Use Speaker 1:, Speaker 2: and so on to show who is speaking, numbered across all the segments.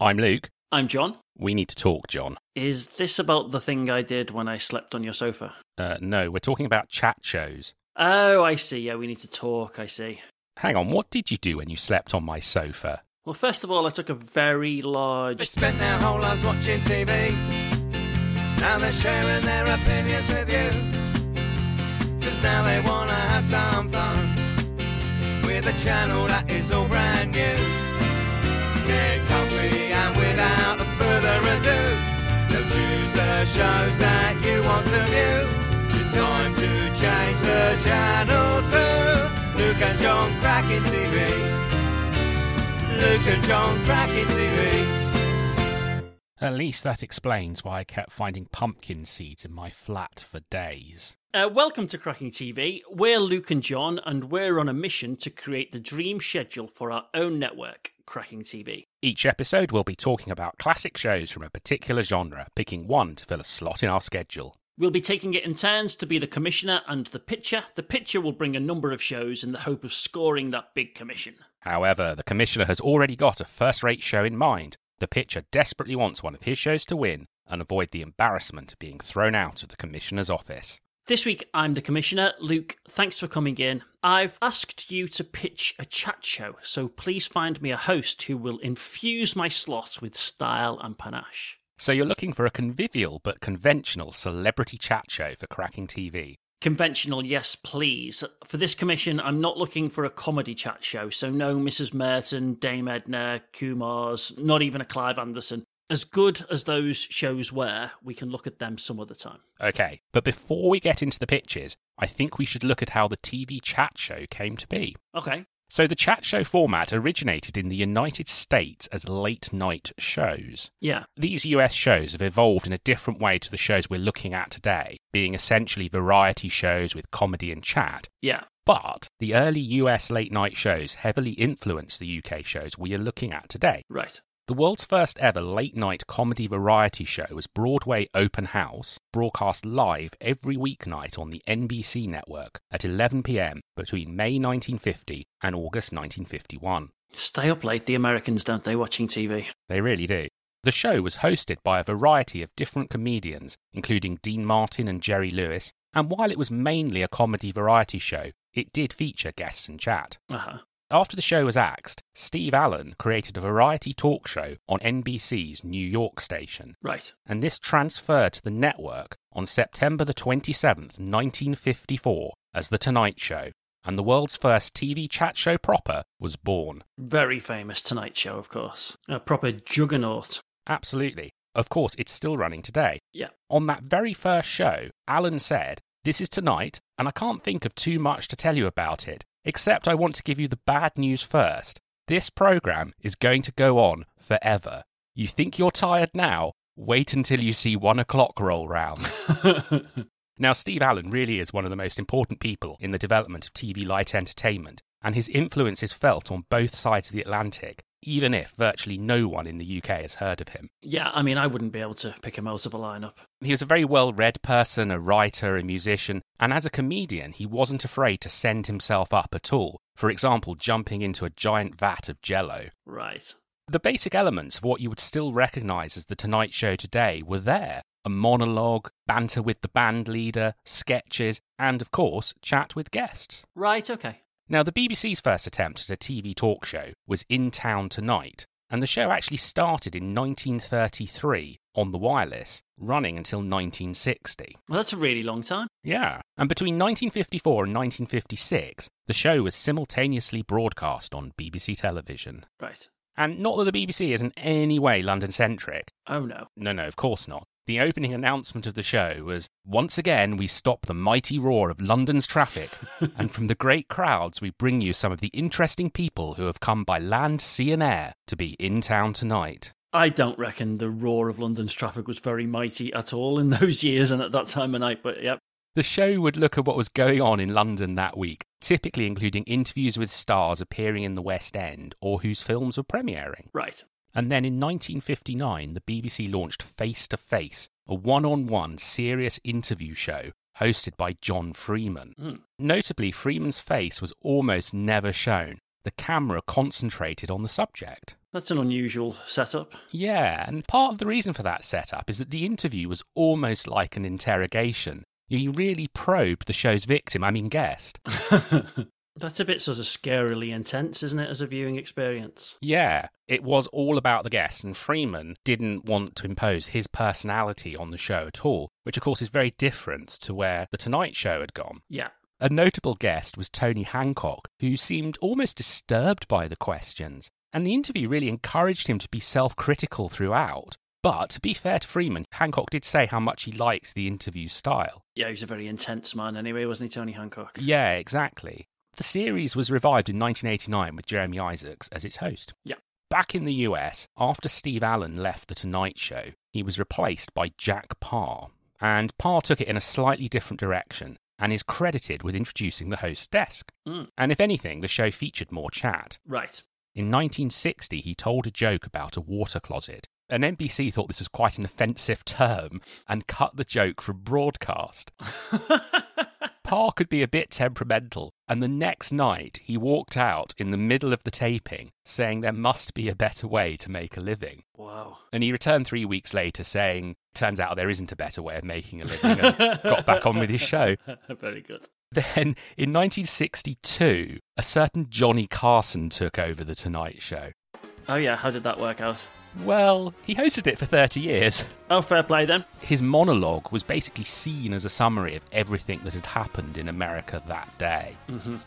Speaker 1: I'm Luke.
Speaker 2: I'm John.
Speaker 1: We need to talk, John.
Speaker 2: Is this about the thing I did when I slept on your sofa?
Speaker 1: Uh, no, we're talking about chat shows.
Speaker 2: Oh, I see. Yeah, we need to talk. I see.
Speaker 1: Hang on, what did you do when you slept on my sofa?
Speaker 2: Well, first of all, I took a very
Speaker 3: They
Speaker 2: large.
Speaker 3: spent their whole lives watching TV. Now they're sharing their opinions with you. Cause now they wanna have some fun. With a channel that is all brand new. Get comfy and without further ado, they'll choose the shows that you want to view. It's time to change the channel to Luke and John Cracking TV. Luke and John Cracking TV.
Speaker 1: At least that explains why I kept finding pumpkin seeds in my flat for days.
Speaker 2: Uh, welcome to Cracking TV. We're Luke and John, and we're on a mission to create the dream schedule for our own network, Cracking TV.
Speaker 1: Each episode, we'll be talking about classic shows from a particular genre, picking one to fill a slot in our schedule.
Speaker 2: We'll be taking it in turns to be the commissioner and the pitcher. The pitcher will bring a number of shows in the hope of scoring that big commission.
Speaker 1: However, the commissioner has already got a first rate show in mind. The pitcher desperately wants one of his shows to win and avoid the embarrassment of being thrown out of the commissioner's office.
Speaker 2: This week, I'm the Commissioner. Luke, thanks for coming in. I've asked you to pitch a chat show, so please find me a host who will infuse my slot with style and panache.
Speaker 1: So you're looking for a convivial but conventional celebrity chat show for cracking TV.
Speaker 2: Conventional, yes, please. For this commission, I'm not looking for a comedy chat show, so no Mrs. Merton, Dame Edna, Kumar's, not even a Clive Anderson. As good as those shows were, we can look at them some other time.
Speaker 1: Okay, but before we get into the pitches, I think we should look at how the TV chat show came to be.
Speaker 2: Okay.
Speaker 1: So the chat show format originated in the United States as late night shows.
Speaker 2: Yeah.
Speaker 1: These US shows have evolved in a different way to the shows we're looking at today, being essentially variety shows with comedy and chat.
Speaker 2: Yeah.
Speaker 1: But the early US late night shows heavily influenced the UK shows we are looking at today.
Speaker 2: Right.
Speaker 1: The world's first ever late night comedy variety show was Broadway Open House, broadcast live every weeknight on the NBC network at 11 pm between May 1950 and August 1951.
Speaker 2: Stay up late, the Americans, don't they, watching TV?
Speaker 1: They really do. The show was hosted by a variety of different comedians, including Dean Martin and Jerry Lewis, and while it was mainly a comedy variety show, it did feature guests and chat.
Speaker 2: Uh huh.
Speaker 1: After the show was axed, Steve Allen created a variety talk show on NBC's New York station,
Speaker 2: Right.
Speaker 1: and this transferred to the network on September the 27th, 1954, as The Tonight Show, and the world's first TV chat show proper was born.
Speaker 2: Very famous Tonight Show, of course. A proper juggernaut.
Speaker 1: Absolutely. Of course, it's still running today.
Speaker 2: Yeah.
Speaker 1: On that very first show, Alan said, This is tonight, and I can't think of too much to tell you about it, except I want to give you the bad news first. This program is going to go on forever. You think you're tired now? Wait until you see one o'clock roll round. Now, Steve Allen really is one of the most important people in the development of TV light entertainment, and his influence is felt on both sides of the Atlantic, even if virtually no one in the UK has heard of him.
Speaker 2: yeah, I mean, I wouldn't be able to pick him out of a lineup.
Speaker 1: He was a very well read person, a writer, a musician, and as a comedian, he wasn't afraid to send himself up at all, for example, jumping into a giant vat of jello.
Speaker 2: Right.
Speaker 1: The basic elements of what you would still recognise as The Tonight Show today were there a monologue, banter with the band leader, sketches, and of course, chat with guests.
Speaker 2: Right, okay.
Speaker 1: Now, the BBC's first attempt at a TV talk show was In Town Tonight, and the show actually started in 1933 on the wireless, running until 1960.
Speaker 2: Well, that's a really long time.
Speaker 1: Yeah. And between 1954 and 1956, the show was simultaneously broadcast on BBC television.
Speaker 2: Right.
Speaker 1: And not that the BBC is in any way London centric.
Speaker 2: Oh, no.
Speaker 1: No, no, of course not. The opening announcement of the show was Once again, we stop the mighty roar of London's traffic, and from the great crowds, we bring you some of the interesting people who have come by land, sea, and air to be in town tonight.
Speaker 2: I don't reckon the roar of London's traffic was very mighty at all in those years and at that time of night, but yep.
Speaker 1: The show would look at what was going on in London that week, typically including interviews with stars appearing in the West End or whose films were premiering.
Speaker 2: Right.
Speaker 1: And then in 1959, the BBC launched Face to Face, a one on one serious interview show hosted by John Freeman.
Speaker 2: Mm.
Speaker 1: Notably, Freeman's face was almost never shown, the camera concentrated on the subject.
Speaker 2: That's an unusual setup.
Speaker 1: Yeah, and part of the reason for that setup is that the interview was almost like an interrogation. You really probed the show's victim, I mean guest.
Speaker 2: That's a bit sort of scarily intense, isn't it, as a viewing experience?
Speaker 1: Yeah, it was all about the guest, and Freeman didn't want to impose his personality on the show at all, which of course is very different to where The Tonight Show had gone.
Speaker 2: Yeah.
Speaker 1: A notable guest was Tony Hancock, who seemed almost disturbed by the questions, and the interview really encouraged him to be self critical throughout. But to be fair to Freeman, Hancock did say how much he liked the interview style.
Speaker 2: Yeah, he was a very intense man anyway, wasn't he, Tony Hancock?
Speaker 1: Yeah, exactly. The series was revived in 1989 with Jeremy Isaacs as its host.
Speaker 2: Yeah.
Speaker 1: Back in the US, after Steve Allen left The Tonight Show, he was replaced by Jack Parr. And Parr took it in a slightly different direction and is credited with introducing the host desk.
Speaker 2: Mm.
Speaker 1: And if anything, the show featured more chat.
Speaker 2: Right.
Speaker 1: In 1960, he told a joke about a water closet. And NBC thought this was quite an offensive term and cut the joke from broadcast. Parr could be a bit temperamental, and the next night he walked out in the middle of the taping saying there must be a better way to make a living.
Speaker 2: wow.
Speaker 1: And he returned three weeks later saying, Turns out there isn't a better way of making a living, and got back on with his show.
Speaker 2: very good.
Speaker 1: Then in 1962, a certain Johnny Carson took over The Tonight Show.
Speaker 2: Oh, yeah, how did that work out?
Speaker 1: Well, he hosted it for 30 years.
Speaker 2: Oh, fair play then.
Speaker 1: His monologue was basically seen as a summary of everything that had happened in America that day.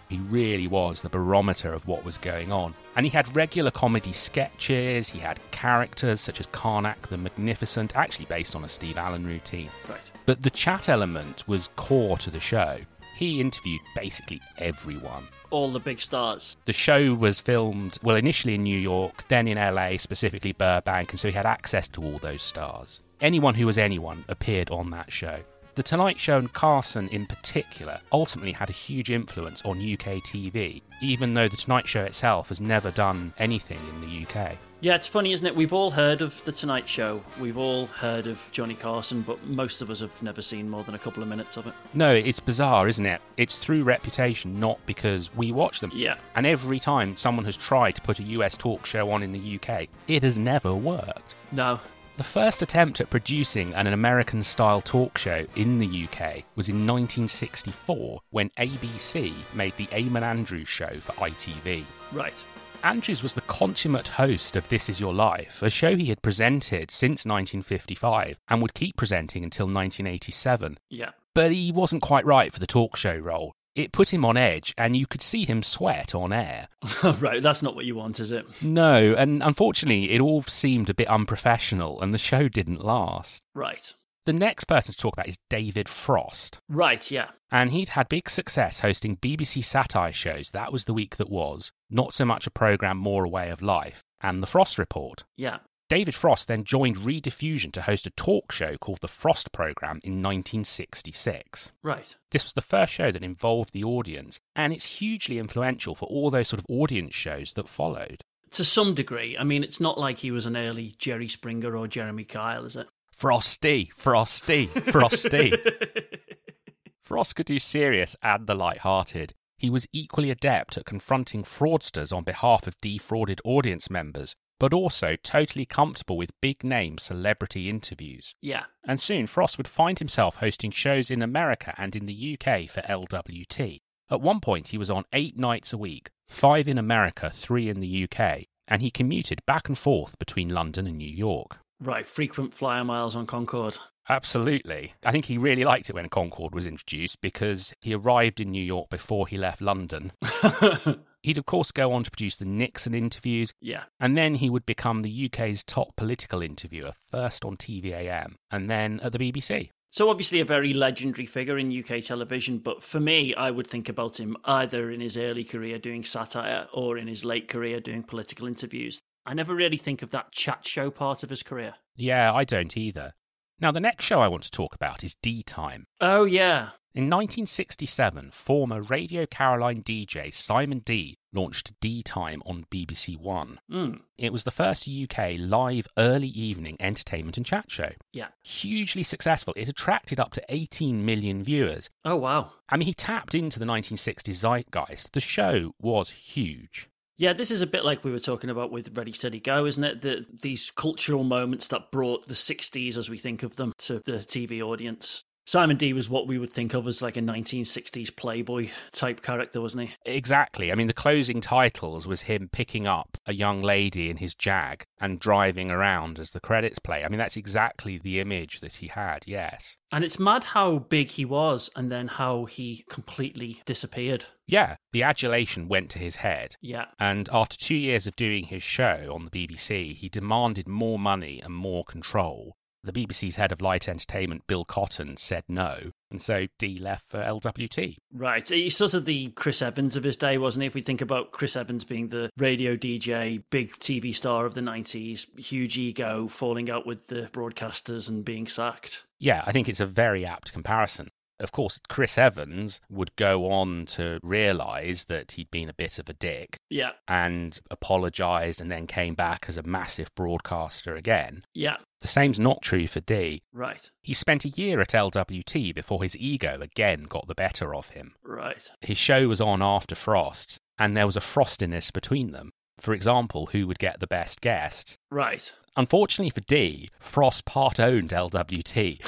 Speaker 1: He really was the barometer of what was going on. And he had regular comedy sketches, he had characters such as Karnak the Magnificent, actually based on a Steve Allen routine.
Speaker 2: Right.
Speaker 1: But the chat element was core to the show. He interviewed basically everyone.
Speaker 2: All the big stars.
Speaker 1: The show was filmed, well, initially in New York, then in LA, specifically Burbank, and so he had access to all those stars. Anyone who was anyone appeared on that show. The Tonight Show and Carson, in particular, ultimately had a huge influence on UK TV, even though The Tonight Show itself has never done anything in the UK.
Speaker 2: Yeah, it's funny, isn't it? We've all heard of The Tonight Show. We've all heard of Johnny Carson, but most of us have never seen more than a couple of minutes of it.
Speaker 1: No, it's bizarre, isn't it? It's through reputation, not because we watch them.
Speaker 2: Yeah.
Speaker 1: And every time someone has tried to put a US talk show on in the UK, it has never worked.
Speaker 2: No.
Speaker 1: The first attempt at producing an American style talk show in the UK was in 1964 when ABC made The Eamon Andrews Show for ITV.
Speaker 2: Right.
Speaker 1: Andrews was the consummate host of This Is Your Life, a show he had presented since 1955 and would keep presenting until 1987.
Speaker 2: Yeah.
Speaker 1: But he wasn't quite right for the talk show role. It put him on edge, and you could see him sweat on air.
Speaker 2: right, that's not what you want, is it?
Speaker 1: No, and unfortunately, it all seemed a bit unprofessional, and the show didn't last.
Speaker 2: Right.
Speaker 1: The next person to talk about is David Frost.
Speaker 2: Right, yeah.
Speaker 1: And he'd had big success hosting BBC satire shows. That was the week that was. Not so much a programme, more a way of life. And The Frost Report.
Speaker 2: Yeah.
Speaker 1: David Frost then joined Rediffusion to host a talk show called The Frost Programme in 1966.
Speaker 2: Right.
Speaker 1: This was the first show that involved the audience, and it's hugely influential for all those sort of audience shows that followed.
Speaker 2: To some degree. I mean, it's not like he was an early Jerry Springer or Jeremy Kyle, is it?
Speaker 1: Frosty, Frosty, Frosty. Frost could do serious and the light-hearted. He was equally adept at confronting fraudsters on behalf of defrauded audience members, but also totally comfortable with big-name celebrity interviews.
Speaker 2: yeah.
Speaker 1: And soon Frost would find himself hosting shows in America and in the UK for LWT. At one point, he was on eight nights a week, five in America, three in the UK, and he commuted back and forth between London and New York.
Speaker 2: Right. Frequent flyer miles on Concorde.
Speaker 1: Absolutely. I think he really liked it when Concorde was introduced because he arrived in New York before he left London. He'd, of course, go on to produce the Nixon interviews,
Speaker 2: yeah.
Speaker 1: and then he would become the UK's top political interviewer, first on TVAM and then at the BBC.
Speaker 2: So, obviously, a very legendary figure in UK television, but for me, I would think about him either in his early career doing satire or in his late career doing political interviews. I never really think of that chat show part of his career.
Speaker 1: Yeah, I don't either. Now, the next show I want to talk about is D Time.
Speaker 2: Oh, yeah.
Speaker 1: In 1967, former Radio Caroline DJ Simon D launched D Time on BBC One.
Speaker 2: Mm.
Speaker 1: It was the first UK live early evening entertainment and chat show.
Speaker 2: Yeah.
Speaker 1: Hugely successful, it attracted up to 18 million viewers.
Speaker 2: Oh, wow.
Speaker 1: I mean, he tapped into the 1960s zeitgeist. The show was huge.
Speaker 2: Yeah, this is a bit like we were talking about with Ready Steady Go, isn't it? The, these cultural moments that brought the 60s, as we think of them, to the TV audience. Simon D was what we would think of as like a 1960s Playboy type character, wasn't he?
Speaker 1: Exactly. I mean, the closing titles was him picking up a young lady in his Jag and driving around as the credits play. I mean, that's exactly the image that he had, yes.
Speaker 2: And it's mad how big he was and then how he completely disappeared.
Speaker 1: Yeah, the adulation went to his head.
Speaker 2: Yeah.
Speaker 1: And after two years of doing his show on the BBC, he demanded more money and more control. The BBC's head of light entertainment, Bill Cotton, said no. And so D left for LWT.
Speaker 2: Right. He's sort of the Chris Evans of his day, wasn't he? If we think about Chris Evans being the radio DJ, big TV star of the 90s, huge ego, falling out with the broadcasters and being sacked.
Speaker 1: Yeah, I think it's a very apt comparison. Of course, Chris Evans would go on to realise that he'd been a bit of a dick
Speaker 2: Yeah.
Speaker 1: and apologised and then came back as a massive broadcaster again.
Speaker 2: Yeah.
Speaker 1: The same's not true for D.
Speaker 2: Right.
Speaker 1: He spent a year at LWT before his ego again got the better of him.
Speaker 2: Right.
Speaker 1: His show was on after Frost's, and there was a frostiness between them. For example, who would get the best guest?
Speaker 2: Right.
Speaker 1: Unfortunately for D, Frost part owned LWT.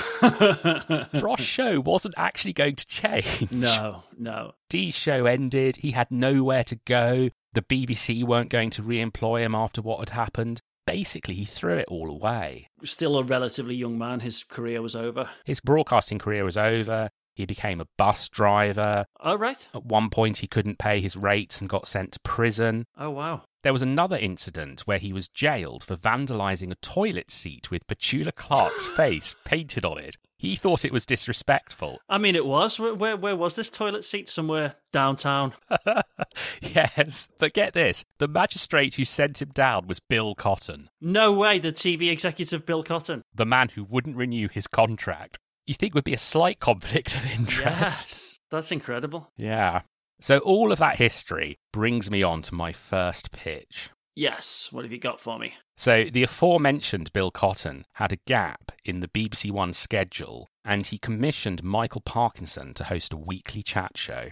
Speaker 1: Frost's show wasn't actually going to change.
Speaker 2: no, no.
Speaker 1: D's show ended. He had nowhere to go. The BBC weren't going to re employ him after what had happened. Basically, he threw it all away.
Speaker 2: Still a relatively young man. His career was over.
Speaker 1: His broadcasting career was over. He became a bus driver.
Speaker 2: Oh, right.
Speaker 1: At one point, he couldn't pay his rates and got sent to prison.
Speaker 2: Oh, wow.
Speaker 1: There was another incident where he was jailed for vandalising a toilet seat with Petula Clark's face painted on it. He thought it was disrespectful.
Speaker 2: I mean, it was. Where, where, where was this toilet seat? Somewhere downtown.
Speaker 1: yes, but get this the magistrate who sent him down was Bill Cotton,
Speaker 2: No way, the TV executive Bill Cotton.
Speaker 1: the man who wouldn't renew his contract. You think would be a slight conflict of interest.
Speaker 2: Yes. That's incredible.
Speaker 1: yeah. So all of that history brings me on to my first pitch.
Speaker 2: Yes. What have you got for me?
Speaker 1: So, the aforementioned Bill Cotton had a gap in the BBC One schedule, and he commissioned Michael Parkinson to host a weekly chat show.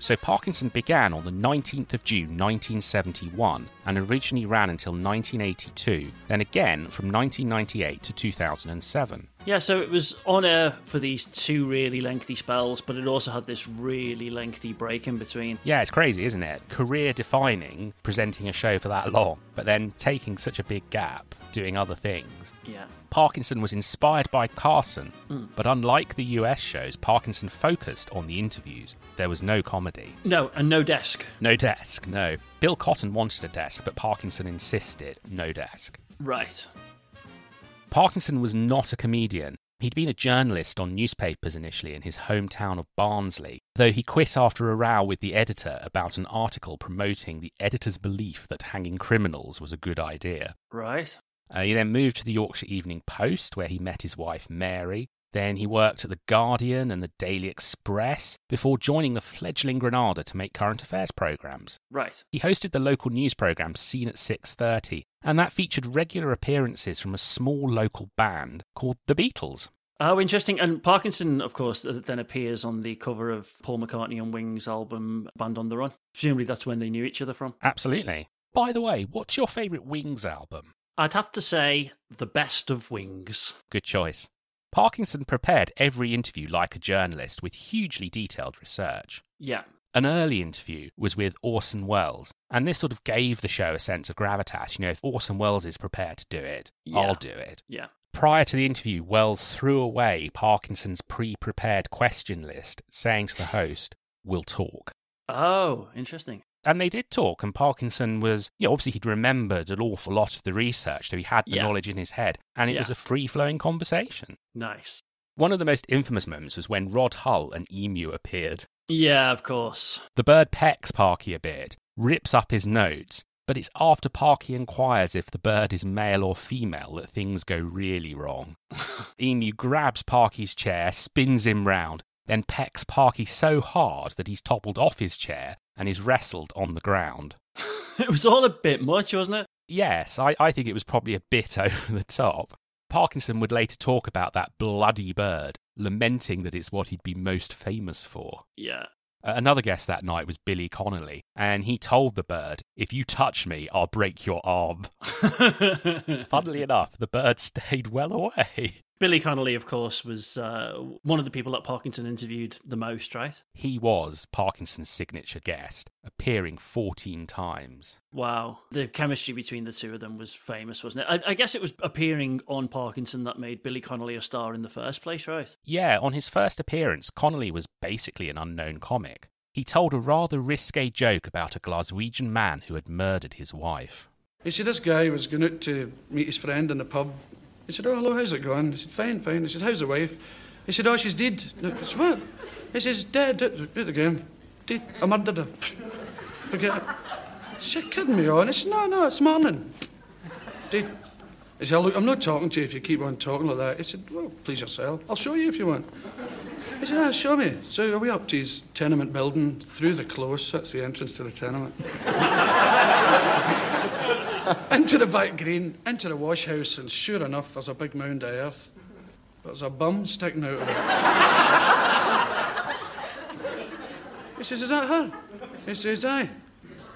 Speaker 1: So, Parkinson began on the 19th of June 1971 and originally ran until 1982, then again from 1998 to 2007.
Speaker 2: Yeah, so it was on air for these two really lengthy spells, but it also had this really lengthy break in between.
Speaker 1: Yeah, it's crazy, isn't it? Career defining presenting a show for that long, but then taking such a big gap doing other things.
Speaker 2: Yeah.
Speaker 1: Parkinson was inspired by Carson, but unlike the US shows, Parkinson focused on the interviews. There was no comedy.
Speaker 2: No, and no desk.
Speaker 1: No desk, no. Bill Cotton wanted a desk, but Parkinson insisted no desk.
Speaker 2: Right.
Speaker 1: Parkinson was not a comedian. He'd been a journalist on newspapers initially in his hometown of Barnsley, though he quit after a row with the editor about an article promoting the editor's belief that hanging criminals was a good idea.
Speaker 2: Right.
Speaker 1: Uh, he then moved to the Yorkshire Evening Post, where he met his wife Mary. Then he worked at The Guardian and The Daily Express before joining the fledgling Granada to make current affairs programmes.
Speaker 2: Right.
Speaker 1: He hosted the local news programme Seen at 6.30, and that featured regular appearances from a small local band called The Beatles.
Speaker 2: Oh, interesting. And Parkinson, of course, th- then appears on the cover of Paul McCartney and Wings album Band on the Run. Presumably that's when they knew each other from.
Speaker 1: Absolutely. By the way, what's your favourite Wings album?
Speaker 2: I'd have to say the best of Wings.
Speaker 1: Good choice. Parkinson prepared every interview like a journalist with hugely detailed research.
Speaker 2: Yeah.
Speaker 1: An early interview was with Orson Welles, and this sort of gave the show a sense of gravitas. You know, if Orson Welles is prepared to do it,
Speaker 2: Yeah.
Speaker 1: I'll do it.
Speaker 2: Yeah.
Speaker 1: Prior to the interview, Wells threw away Parkinson's pre prepared question list, saying to the host, We'll talk.
Speaker 2: Oh, interesting.
Speaker 1: And they did talk, and Parkinson was, you know, obviously he'd remembered an awful lot of the research, so he had the
Speaker 2: Yeah.
Speaker 1: knowledge in his head, and it
Speaker 2: Yeah.
Speaker 1: was a free flowing conversation.
Speaker 2: Nice.
Speaker 1: One of the most infamous moments was when Rod Hull and Emu appeared.
Speaker 2: Yeah, of course.
Speaker 1: The bird pecks Parky a bit, rips up his notes, but it's after Parky inquires if the bird is male or female that things go really wrong. Emu grabs Parky's chair, spins him round, then pecks Parky so hard that he's toppled off his chair and is wrestled on the ground.
Speaker 2: It was all a bit much, wasn't it?
Speaker 1: Yes, I, I think it was probably a bit over the top. Parkinson would later talk about that bloody bird, lamenting that it's what he'd be most famous for.
Speaker 2: Yeah.
Speaker 1: Uh, Another guest that night was Billy Connolly, and he told the bird, If you touch me, I'll break your arm. Funnily enough, the bird stayed well away.
Speaker 2: Billy Connolly, of course, was uh, one of the people that Parkinson interviewed the most, right?
Speaker 1: He was Parkinson's signature guest, appearing 14 times.
Speaker 2: Wow. The chemistry between the two of them was famous, wasn't it? I, I guess it was appearing on Parkinson that made Billy Connolly a star in the first place, right?
Speaker 1: Yeah, on his first appearance, Connolly was basically an unknown comic. He told a rather risque joke about a Glaswegian man who had murdered his wife.
Speaker 4: He said, This guy was going out to meet his friend in the pub. He said, Oh, hello, how's it going? He said, Fine, fine. He said, How's the wife? He said, Oh, she's dead. I said, What? He says, Dead, dead, dead again. Dead. I murdered her. Forget it. She said, Kidding me on? He said, No, no, it's morning. Dead. He said, Look, I'm not talking to you if you keep on talking like that. He said, Well, please yourself. I'll show you if you want. He said, Ah, show me. So are we up to his tenement building through the close? That's the entrance to the tenement into the back green, into the wash house, and sure enough, there's a big mound of earth. There's a bum sticking out of it. he says, Is that her? He says, Aye.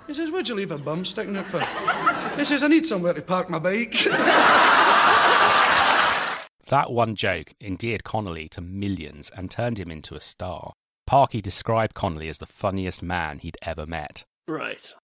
Speaker 4: He says, What'd you leave a bum sticking out for? He says, I need somewhere to park my bike.
Speaker 1: That one joke endeared Connolly to millions and turned him into a star. Parky described Connolly as the funniest man he'd ever met.
Speaker 2: Right.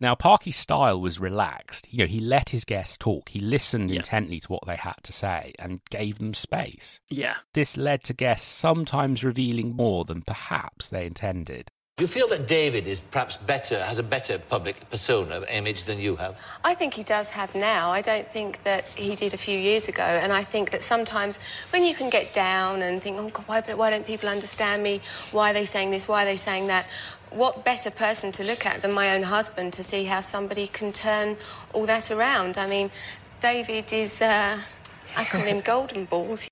Speaker 1: Now, Parky's style was relaxed. You know, he let his guests talk. He listened
Speaker 2: Yeah.
Speaker 1: intently to what they had to say and gave them space.
Speaker 2: Yeah.
Speaker 1: This led to guests sometimes revealing more than perhaps they intended.
Speaker 5: Do you feel that David is perhaps better, has a better public persona, image than you have?
Speaker 6: I think he does have now. I don't think that he did a few years ago. And I think that sometimes when you can get down and think, oh, God, why, why don't people understand me? Why are they saying this? Why are they saying that? What better person to look at than my own husband to see how somebody can turn all that around? I mean, David is, uh, I call him Golden Balls.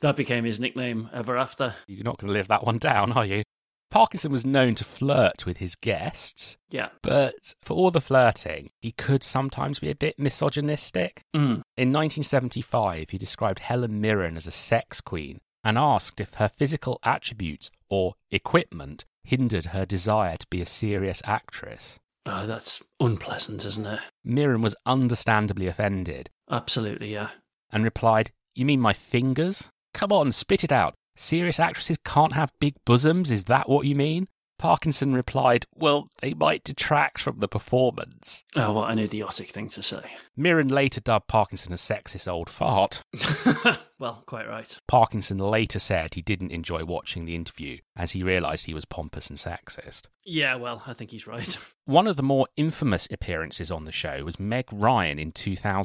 Speaker 2: That became his nickname ever after.
Speaker 1: You're not going to live that one down, are you? Parkinson was known to flirt with his guests,
Speaker 2: Yeah.
Speaker 1: but for all the flirting, he could sometimes be a bit misogynistic.
Speaker 2: Mm.
Speaker 1: In 1975, he described Helen Mirren as a sex queen and asked if her physical attributes or equipment hindered her desire to be a serious actress.
Speaker 2: Oh, that's unpleasant, isn't it?
Speaker 1: Mirren was understandably offended
Speaker 2: Absolutely, yeah.
Speaker 1: and replied, You mean my fingers? Come on, spit it out. Serious actresses can't have big bosoms, is that what you mean? Parkinson replied, Well, they might detract from the performance.
Speaker 2: Oh, what an idiotic thing to say.
Speaker 1: Mirren later dubbed Parkinson a sexist old fart.
Speaker 2: well, quite right.
Speaker 1: Parkinson later said he didn't enjoy watching the interview as he realised he was pompous and sexist.
Speaker 2: Yeah, well, I think he's right.
Speaker 1: One of the more infamous appearances on the show was Meg Ryan in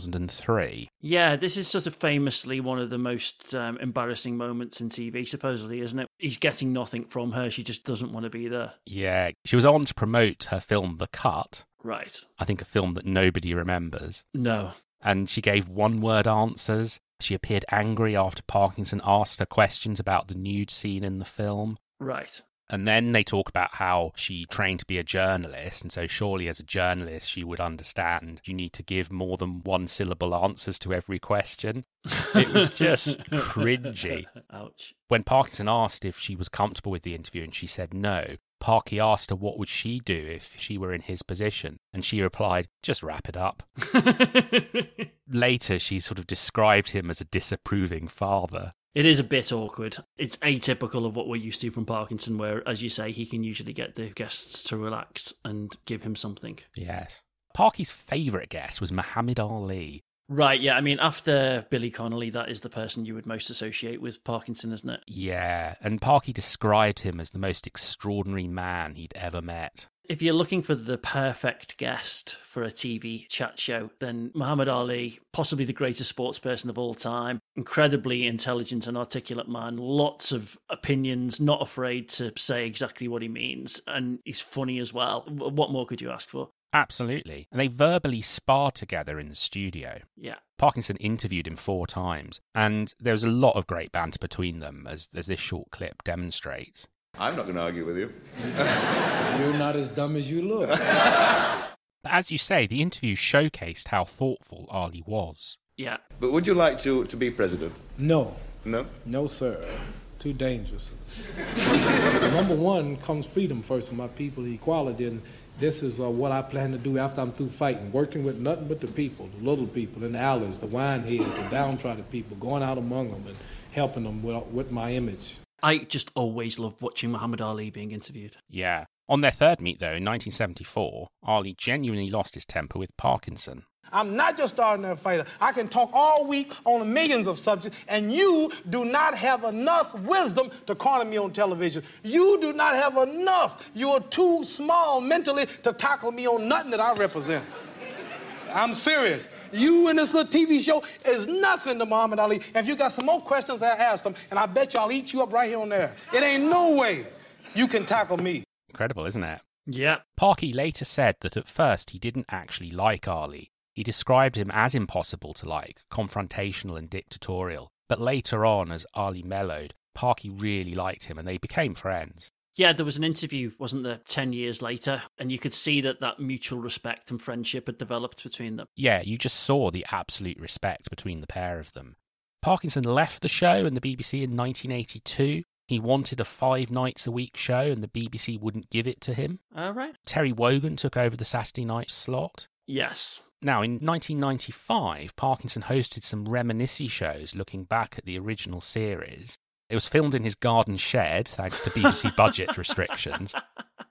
Speaker 1: 2003.
Speaker 2: Yeah, this is sort of famously one of the most um, embarrassing moments in TV, supposedly, isn't it? He's getting nothing from her. She just doesn't want to be there.
Speaker 1: Yeah, she was on to promote her film The Cut,
Speaker 2: Right.
Speaker 1: I think a film that nobody remembers.
Speaker 2: No.
Speaker 1: and she gave one word answers. She appeared angry after Parkinson asked her questions about the nude scene in the film.
Speaker 2: Right.
Speaker 1: And then they talk about how she trained to be a journalist, and so surely as a journalist, she would understand you need to give more than one syllable answers to every question. It was just cringy.
Speaker 2: Ouch.
Speaker 1: When Parkinson asked if she was comfortable with the interview and she said no, Parky asked her what would she do if she were in his position, and she replied, just wrap it up
Speaker 2: it
Speaker 1: later she sort of described him as a disapproving father.
Speaker 2: is a bit awkward. It's atypical of what we're used to from Parkinson, where, as you say, he can usually get the guests to relax and give him something.
Speaker 1: Yes. Parky's favourite guest was Muhammad Ali.
Speaker 2: Right, yeah. I mean, after Billy Connolly, that is the person you would most associate with Parkinson, isn't it?
Speaker 1: Yeah, and Parky described him as the most extraordinary man he'd ever met.
Speaker 2: If you're looking for the perfect guest for a TV chat show, then Muhammad Ali, possibly the greatest sports person of all time, incredibly intelligent and articulate man, lots of opinions, not afraid to say exactly what he means, and he's funny as well. W- What more could you ask for?
Speaker 1: Absolutely. And they verbally sparred together in the studio.
Speaker 2: Yeah.
Speaker 1: Parkinson interviewed him four times, and there was a lot of great banter between them, as, as this short clip demonstrates.
Speaker 7: I'm not going to argue with you.
Speaker 8: You're not as dumb as you look.
Speaker 1: But as you say, the interview showcased how thoughtful Ali was.
Speaker 2: Yeah.
Speaker 7: But would you like to, to be president?
Speaker 8: No,
Speaker 7: No?
Speaker 8: no, sir. too dangerous. Number one comes freedom first and my people, equality, and this is uh, what I plan to do after I'm through fighting, working with nothing but the people, the little people in the alleys, the wineheads, the downtrodden people, going out among them and helping them with, uh, with my image.
Speaker 2: I just always loved watching Muhammad Ali being interviewed.
Speaker 1: Yeah. On their third meet, though, in 1974, Ali genuinely lost his temper with Parkinson.
Speaker 7: I'm not just starting a fighter. I can talk all week on millions of subjects, and you do not have enough wisdom to corner me on television. You do not have enough. You're too small mentally to tackle me on nothing that I represent. I'm serious. You and this little TV show is nothing to Muhammad Ali. If you got some more questions, I asked him, and I bet you I'll eat you up right here on there. It ain't no way you can tackle me.
Speaker 1: Incredible, isn't it?
Speaker 2: Yeah.
Speaker 1: Parky later said that at first he didn't actually like Ali. He described him as impossible to like, confrontational and dictatorial. But later on, as Ali mellowed, Parky really liked him and they became friends.
Speaker 2: Yeah, there was an interview, wasn't there, 10 years later, and you could see that that mutual respect and friendship had developed between them.
Speaker 1: Yeah, you just saw the absolute respect between the pair of them. Parkinson left the show and the BBC in 1982. He wanted a five nights a week show and the BBC wouldn't give it to him.
Speaker 2: All right.
Speaker 1: Terry Wogan took over the Saturday night slot.
Speaker 2: Yes.
Speaker 1: Now, in 1995, Parkinson hosted some reminiscy shows looking back at the original series. It was filmed in his garden shed, thanks to BBC budget restrictions.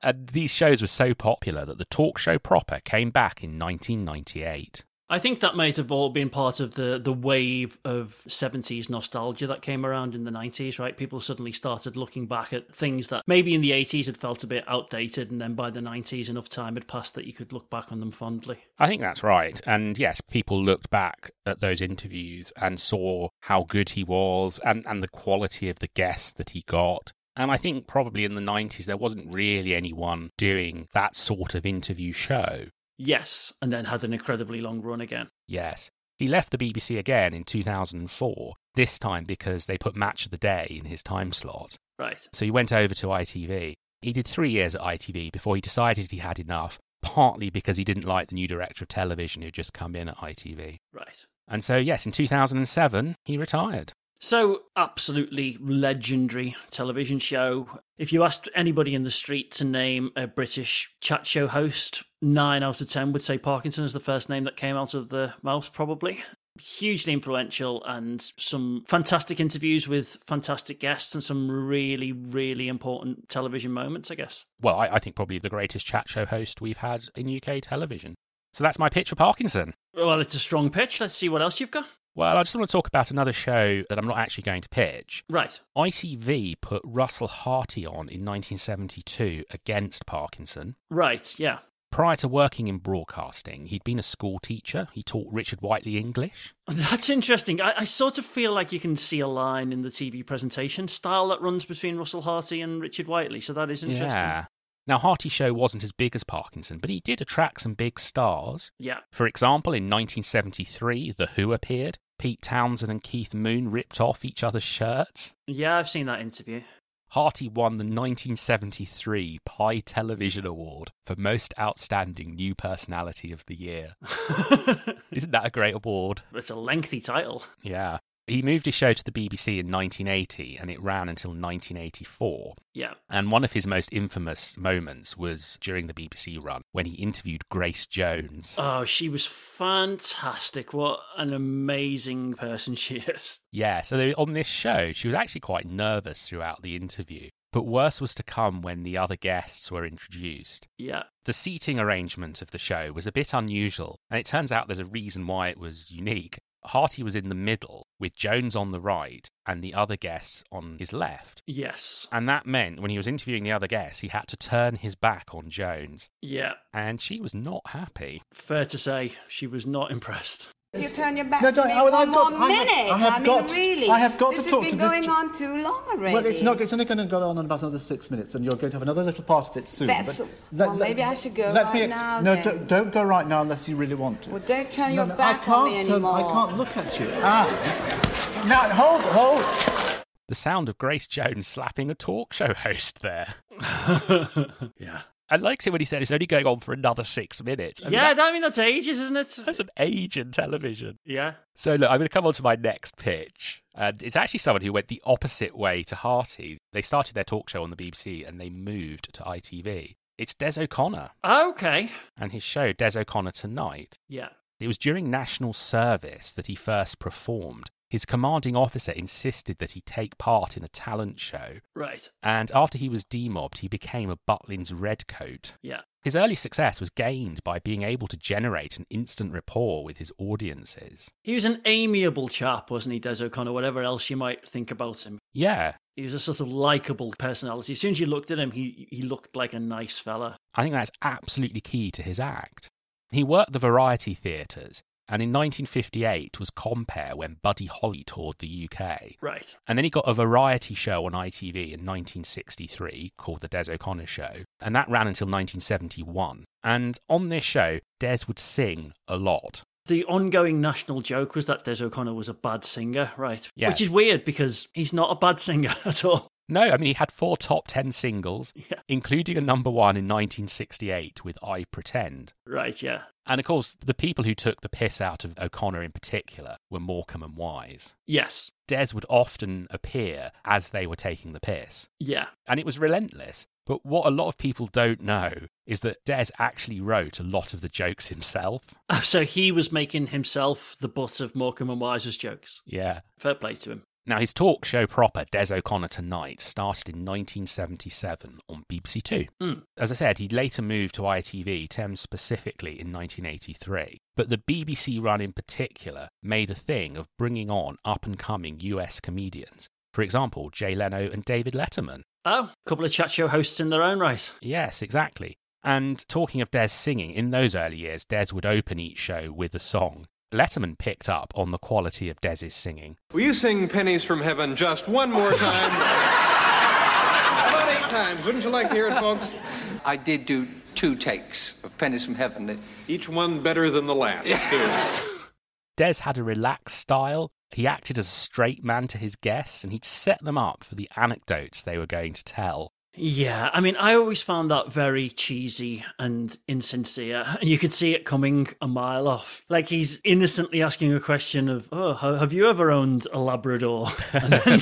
Speaker 1: And these shows were so popular that the talk show proper came back in 1998.
Speaker 2: I think that might have all been part of the, the wave of 70s nostalgia that came around in the 90s, right? People suddenly started looking back at things that maybe in the 80s had felt a bit outdated, and then by the 90s, enough time had passed that you could look back on them fondly.
Speaker 1: I think that's right. And yes, people looked back at those interviews and saw how good he was and, and the quality of the guests that he got. And I think probably in the 90s, there wasn't really anyone doing that sort of interview show.
Speaker 2: Yes, and then had an incredibly long run again.
Speaker 1: Yes. He left the BBC again in 2004, this time because they put Match of the Day in his time slot.
Speaker 2: Right.
Speaker 1: So he went over to ITV. He did three years at ITV before he decided he had enough, partly because he didn't like the new director of television who'd just come in at ITV.
Speaker 2: Right.
Speaker 1: And so, yes, in 2007, he retired.
Speaker 2: So, absolutely legendary television show. If you asked anybody in the street to name a British chat show host, nine out of ten would say Parkinson is the first name that came out of the mouth, probably. Hugely influential and some fantastic interviews with fantastic guests and some really, really important television moments, I guess.
Speaker 1: Well, I, I think probably the greatest chat show host we've had in UK television. So that's my pitch for Parkinson.
Speaker 2: Well, it's a strong pitch. Let's see what else you've got.
Speaker 1: Well, I just want to talk about another show that I'm not actually going to pitch.
Speaker 2: Right.
Speaker 1: ITV put Russell Harty on in 1972 against Parkinson.
Speaker 2: Right. Yeah.
Speaker 1: Prior to working in broadcasting, he'd been a school teacher. He taught Richard Whiteley English.
Speaker 2: That's interesting. I, I sort of feel like you can see a line in the TV presentation style that runs between Russell Harty and Richard Whiteley. So that is interesting.
Speaker 1: Yeah. Now, Harty's show wasn't as big as Parkinson, but he did attract some big stars.
Speaker 2: Yeah.
Speaker 1: For example, in 1973, The Who appeared. Pete Townsend and Keith Moon ripped off each other's shirts.
Speaker 2: Yeah, I've seen that interview.
Speaker 1: Harty won the 1973 Pie Television Award for Most Outstanding New Personality of the Year. Isn't that a great award?
Speaker 2: It's a lengthy title.
Speaker 1: Yeah. He moved his show to the BBC in 1980 and it ran until 1984.
Speaker 2: Yeah.
Speaker 1: And one of his most infamous moments was during the BBC run when he interviewed Grace Jones.
Speaker 2: Oh, she was fantastic. What an amazing person she is.
Speaker 1: Yeah, so they, on this show, she was actually quite nervous throughout the interview. But worse was to come when the other guests were introduced.
Speaker 2: Yeah.
Speaker 1: The seating arrangement of the show was a bit unusual, and it turns out there's a reason why it was unique. Harty was in the middle, with Jones on the right and the other guests on his left.
Speaker 2: Yes.
Speaker 1: And that meant when he was interviewing the other guests, he had to turn his back on Jones,
Speaker 2: Yeah.
Speaker 1: and she was not happy.
Speaker 2: Fair to say, she was not impressed.
Speaker 9: If you turn your back
Speaker 10: No,
Speaker 9: to
Speaker 10: don't-
Speaker 9: me
Speaker 10: I would-
Speaker 9: one
Speaker 10: I've
Speaker 9: more
Speaker 10: got- I have-
Speaker 9: minute,
Speaker 10: I have
Speaker 9: mean,
Speaker 10: got-
Speaker 9: really,
Speaker 10: I have got to
Speaker 9: this
Speaker 10: talk
Speaker 9: has
Speaker 10: to
Speaker 9: been
Speaker 10: this
Speaker 9: going
Speaker 10: ch-
Speaker 9: on too long already.
Speaker 10: Well, it's not. It's only going to go on about another six minutes, and you're going to have another little part of it soon.
Speaker 9: That's-
Speaker 10: but
Speaker 9: well, maybe I should go
Speaker 10: let
Speaker 9: right
Speaker 10: me
Speaker 9: now
Speaker 10: No,
Speaker 9: then.
Speaker 10: don't, don't go right now unless you really want to.
Speaker 9: Well, don't turn your
Speaker 10: No, no, I
Speaker 9: back on
Speaker 10: can't.
Speaker 9: me
Speaker 10: turn-
Speaker 9: anymore.
Speaker 10: I can't look at you. Ah. Now hold, hold.
Speaker 1: The sound of Grace Jones slapping a talk show host there.
Speaker 2: yeah.
Speaker 1: I liked it when he said it's only going on for another six minutes. I mean,
Speaker 2: yeah,
Speaker 1: that-
Speaker 2: that, I mean that's ages, isn't it?
Speaker 1: that's an age in television.
Speaker 2: Yeah.
Speaker 1: So look, I'm going to come on to my next pitch, and it's actually someone who went the opposite way to Harty. They started their talk show on the BBC and they moved to ITV. It's Des O'Connor
Speaker 2: Okay.
Speaker 1: and his show Des O'Connor Tonight.
Speaker 2: Yeah.
Speaker 1: It was during national service that he first performed. His commanding officer insisted that he take part in a talent show,
Speaker 2: Right.
Speaker 1: and after he was demobbed, he became a Butlin's redcoat.
Speaker 2: Yeah.
Speaker 1: His early success was gained by being able to generate an instant rapport with his audiences.
Speaker 2: He was an amiable chap, wasn't he, Des O'Connor? Whatever else you might think about him,
Speaker 1: Yeah,
Speaker 2: he was a sort of likable personality. As soon as you looked at him, he he looked like a nice fella.
Speaker 1: I think that's absolutely key to his act. He worked the variety theatres, and in 1958 was compere when Buddy Holly toured the UK.
Speaker 2: Right.
Speaker 1: And then he got a variety show on ITV in 1963 called The Des O'Connor Show, and that ran until 1971. And on this show, Des would sing a lot.
Speaker 2: The ongoing national joke was that Des O'Connor was a bad singer, right?
Speaker 1: Yeah.
Speaker 2: Which is weird because he's not a bad singer at all.
Speaker 1: No, I mean, he had four top 10 singles,
Speaker 2: Yeah.
Speaker 1: including a number one in 1968 with I Pretend.
Speaker 2: Right. Yeah.
Speaker 1: And of course, the people who took the piss out of O'Connor in particular were Morecambe and Wise.
Speaker 2: Yes.
Speaker 1: Des would often appear as they were taking the piss.
Speaker 2: Yeah.
Speaker 1: and it was relentless. But what a lot of people don't know is that Des actually wrote a lot of the jokes himself.
Speaker 2: Oh, So he was making himself the butt of Morecambe and Wise's jokes.
Speaker 1: Yeah.
Speaker 2: Fair play to him.
Speaker 1: Now, his talk show proper, Des O'Connor Tonight, started in 1977 on BBC Two.
Speaker 2: Mm.
Speaker 1: As I said, he later moved to ITV, Thames specifically, in 1983. But the BBC run in particular made a thing of bringing on up and coming US comedians. For example, Jay Leno and David Letterman.
Speaker 2: Oh, a couple of chat show hosts in their own right.
Speaker 1: Yes, exactly. And talking of Des singing, in those early years, Des would open each show with a song. Letterman picked up on the quality of Des's singing.
Speaker 11: Will you sing Pennies from Heaven just one more time? About eight times. Wouldn't you like to hear it, folks?
Speaker 3: I did do two takes of Pennies from Heaven.
Speaker 11: Each one better than the last, too.
Speaker 1: Des had a relaxed style. He acted as a straight man to his guests, and he'd set them up for the anecdotes they were going to tell.
Speaker 2: Yeah, I mean, I always found that very cheesy and insincere. And you could see it coming a mile off. Like he's innocently asking a question of, "Oh, ha- have you ever owned a Labrador?" And then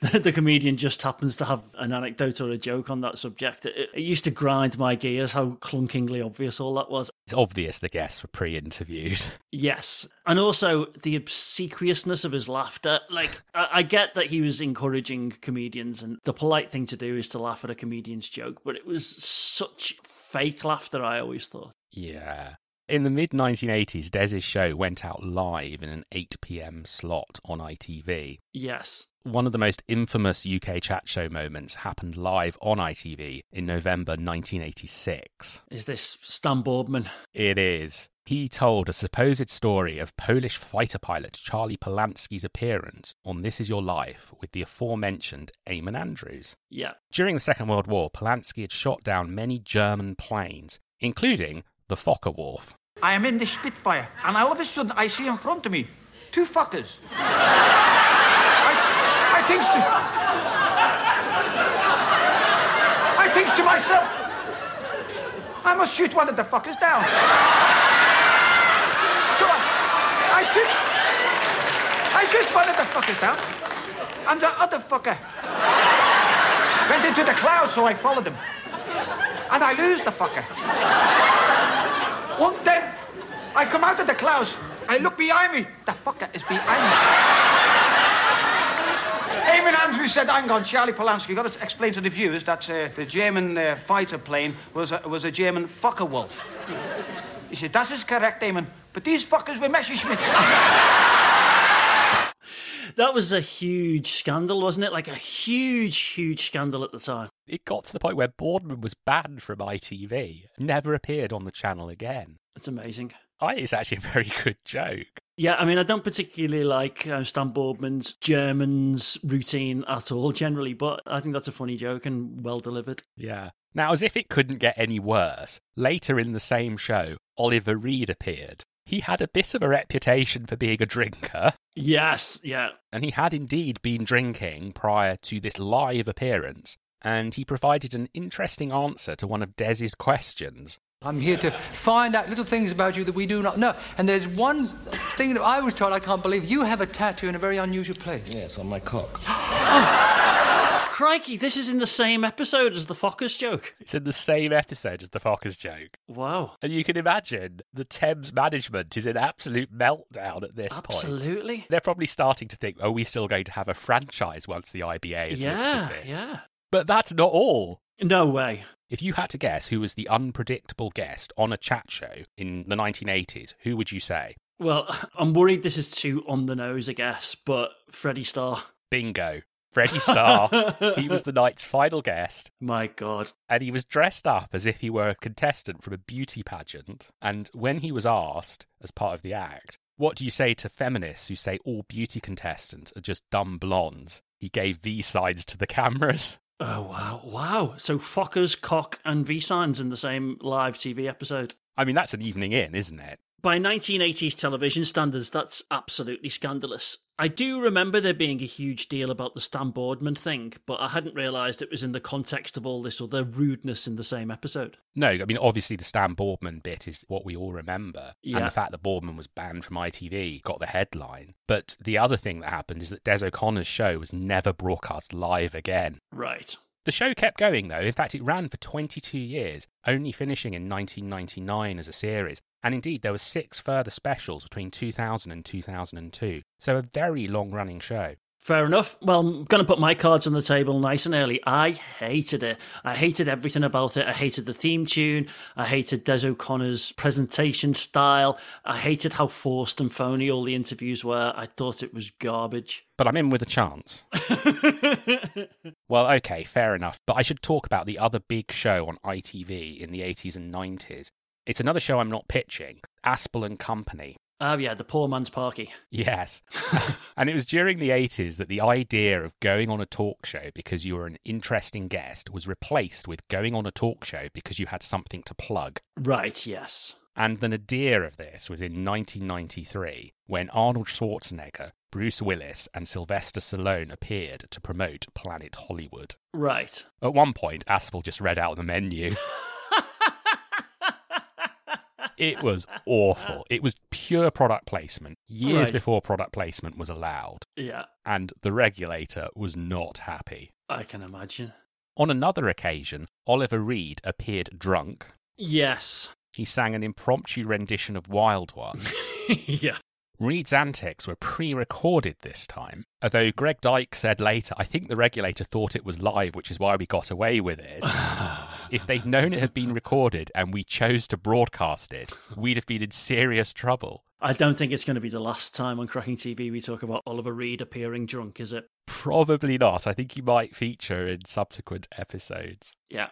Speaker 2: the, the comedian just happens to have an anecdote or a joke on that subject. It, it used to grind my gears how clunkingly obvious all that was.
Speaker 1: It's obvious the guests were pre interviewed.
Speaker 2: Yes. And also the obsequiousness of his laughter. Like, I, I get that he was encouraging comedians, and the polite thing to do is to laugh at a comedian's joke, but it was such fake laughter, I always thought.
Speaker 1: Yeah. In the mid 1980s, Des's show went out live in an 8 pm slot on ITV.
Speaker 2: Yes.
Speaker 1: one of the most infamous UK chat show moments happened live on ITV in November 1986.
Speaker 2: Is this Stan Boardman?
Speaker 1: It is. He told a supposed story of Polish fighter pilot Charlie Polanski's appearance on This Is Your Life with the aforementioned Eamon Andrews.
Speaker 2: Yeah.
Speaker 1: During the Second World War, Polanski had shot down many German planes, including the Fokker Wharf.
Speaker 12: I am in the Spitfire, and all of a sudden I see in front of me two fuckers. I, I thinks to. I thinks to myself, I must shoot one of the fuckers down. So I, I shoot. I shoot one of the fuckers down, and the other fucker went into the clouds, so I followed him. And I lose the fucker. Well, then I come out of the clouds. I look behind me. The fucker is behind me. Eamon Andrews said, hang on, Charlie Polanski, you've got to explain to the viewers that uh, the German uh, fighter plane was a, was a German fucker wolf. He said, that is correct, Eamon, but these fuckers were Messerschmitts.
Speaker 2: That was a huge scandal, wasn't it? Like a huge, huge scandal at the time.
Speaker 1: It got to the point where Boardman was banned from ITV, never appeared on the channel again.
Speaker 2: It's amazing.
Speaker 1: I think it's actually a very good joke.
Speaker 2: Yeah, I mean, I don't particularly like uh, Stan Boardman's Germans routine at all, generally, but I think that's a funny joke and well delivered.
Speaker 1: Yeah. Now, as if it couldn't get any worse, later in the same show, Oliver Reed appeared. He had a bit of a reputation for being a drinker,
Speaker 2: Yes, yeah.
Speaker 1: and he had indeed been drinking prior to this live appearance. and he provided an interesting answer to one of Dez's questions.
Speaker 13: I'm here to find out little things about you that we do not know. And there's one thing that I was told I can't believe. You have a tattoo in a very unusual place.
Speaker 14: Yes, on my cock.
Speaker 2: Crikey, this is in the same episode as the Fockers joke.
Speaker 1: It's in the same episode as the Fockers joke.
Speaker 2: Wow.
Speaker 1: And you can imagine the Thames management is in absolute meltdown at this point.
Speaker 2: Absolutely.
Speaker 1: They're probably starting to think, are we still going to have a franchise once the IBA is looked
Speaker 2: Yeah,
Speaker 1: at this?
Speaker 2: yeah.
Speaker 1: But that's not all.
Speaker 2: No way.
Speaker 1: If you had to guess who was the unpredictable guest on a chat show in the 1980s, who would you say?
Speaker 2: Well, I'm worried this is too on the nose, I guess, but Freddie Starr.
Speaker 1: Bingo. Freddie Starr. he was the night's final guest.
Speaker 2: My God.
Speaker 1: And he was dressed up as if he were a contestant from a beauty pageant. And when he was asked, as part of the act, what do you say to feminists who say all beauty contestants are just dumb blondes? He gave V signs to the cameras.
Speaker 2: Oh, wow. Wow. So Fockers, Cock, and V signs in the same live TV episode.
Speaker 1: I mean, that's an evening in, isn't it?
Speaker 2: By 1980s television standards, that's absolutely scandalous. I do remember there being a huge deal about the Stan Boardman thing, but I hadn't realised it was in the context of all this other rudeness in the same episode.
Speaker 1: No, I mean, obviously, the Stan Boardman bit is what we all remember. And
Speaker 2: Yeah.
Speaker 1: the fact that Boardman was banned from ITV got the headline. But the other thing that happened is that Des O'Connor's show was never broadcast live again.
Speaker 2: Right.
Speaker 1: The show kept going, though. In fact, it ran for 22 years, only finishing in 1999 as a series. And indeed, there were six further specials between 2000 and 2002. So a very long running show.
Speaker 2: Fair enough. Well, I'm going to put my cards on the table nice and early. I hated it. I hated everything about it. I hated the theme tune. I hated Des O'Connor's presentation style. I hated how forced and phony all the interviews were. I thought it was garbage.
Speaker 1: But I'm in with a chance. Well, okay, fair enough. But I should talk about the other big show on ITV in the 80s and 90s. It's another show I'm not pitching Aspel and Company.
Speaker 2: Oh, yeah, the poor man's parky.
Speaker 1: Yes. and it was during the 80s that the idea of going on a talk show because you were an interesting guest was replaced with going on a talk show because you had something to plug.
Speaker 2: Right, yes.
Speaker 1: And the nadir of this was in 1993 when Arnold Schwarzenegger, Bruce Willis, and Sylvester Stallone appeared to promote Planet Hollywood.
Speaker 2: Right.
Speaker 1: At one point, Aspel just read out the menu. it was awful. It was pure product placement, years
Speaker 2: Right.
Speaker 1: before product placement was allowed.
Speaker 2: Yeah,
Speaker 1: And the regulator was not happy.
Speaker 2: I can imagine.
Speaker 1: On another occasion, Oliver Reed appeared drunk.
Speaker 2: Yes.
Speaker 1: He sang an impromptu rendition of Wild One.
Speaker 2: yeah.
Speaker 1: Reed's antics were pre recorded this time, although Greg Dyke said later, I think the regulator thought it was live, which is why we got away with it. if they'd known it had been recorded and we chose to broadcast it, we'd have been in serious trouble.
Speaker 2: I don't think it's going to be the last time on Cracking TV we talk about Oliver Reed appearing drunk, is it?
Speaker 1: Probably not. I think he might feature in subsequent episodes.
Speaker 2: Yeah.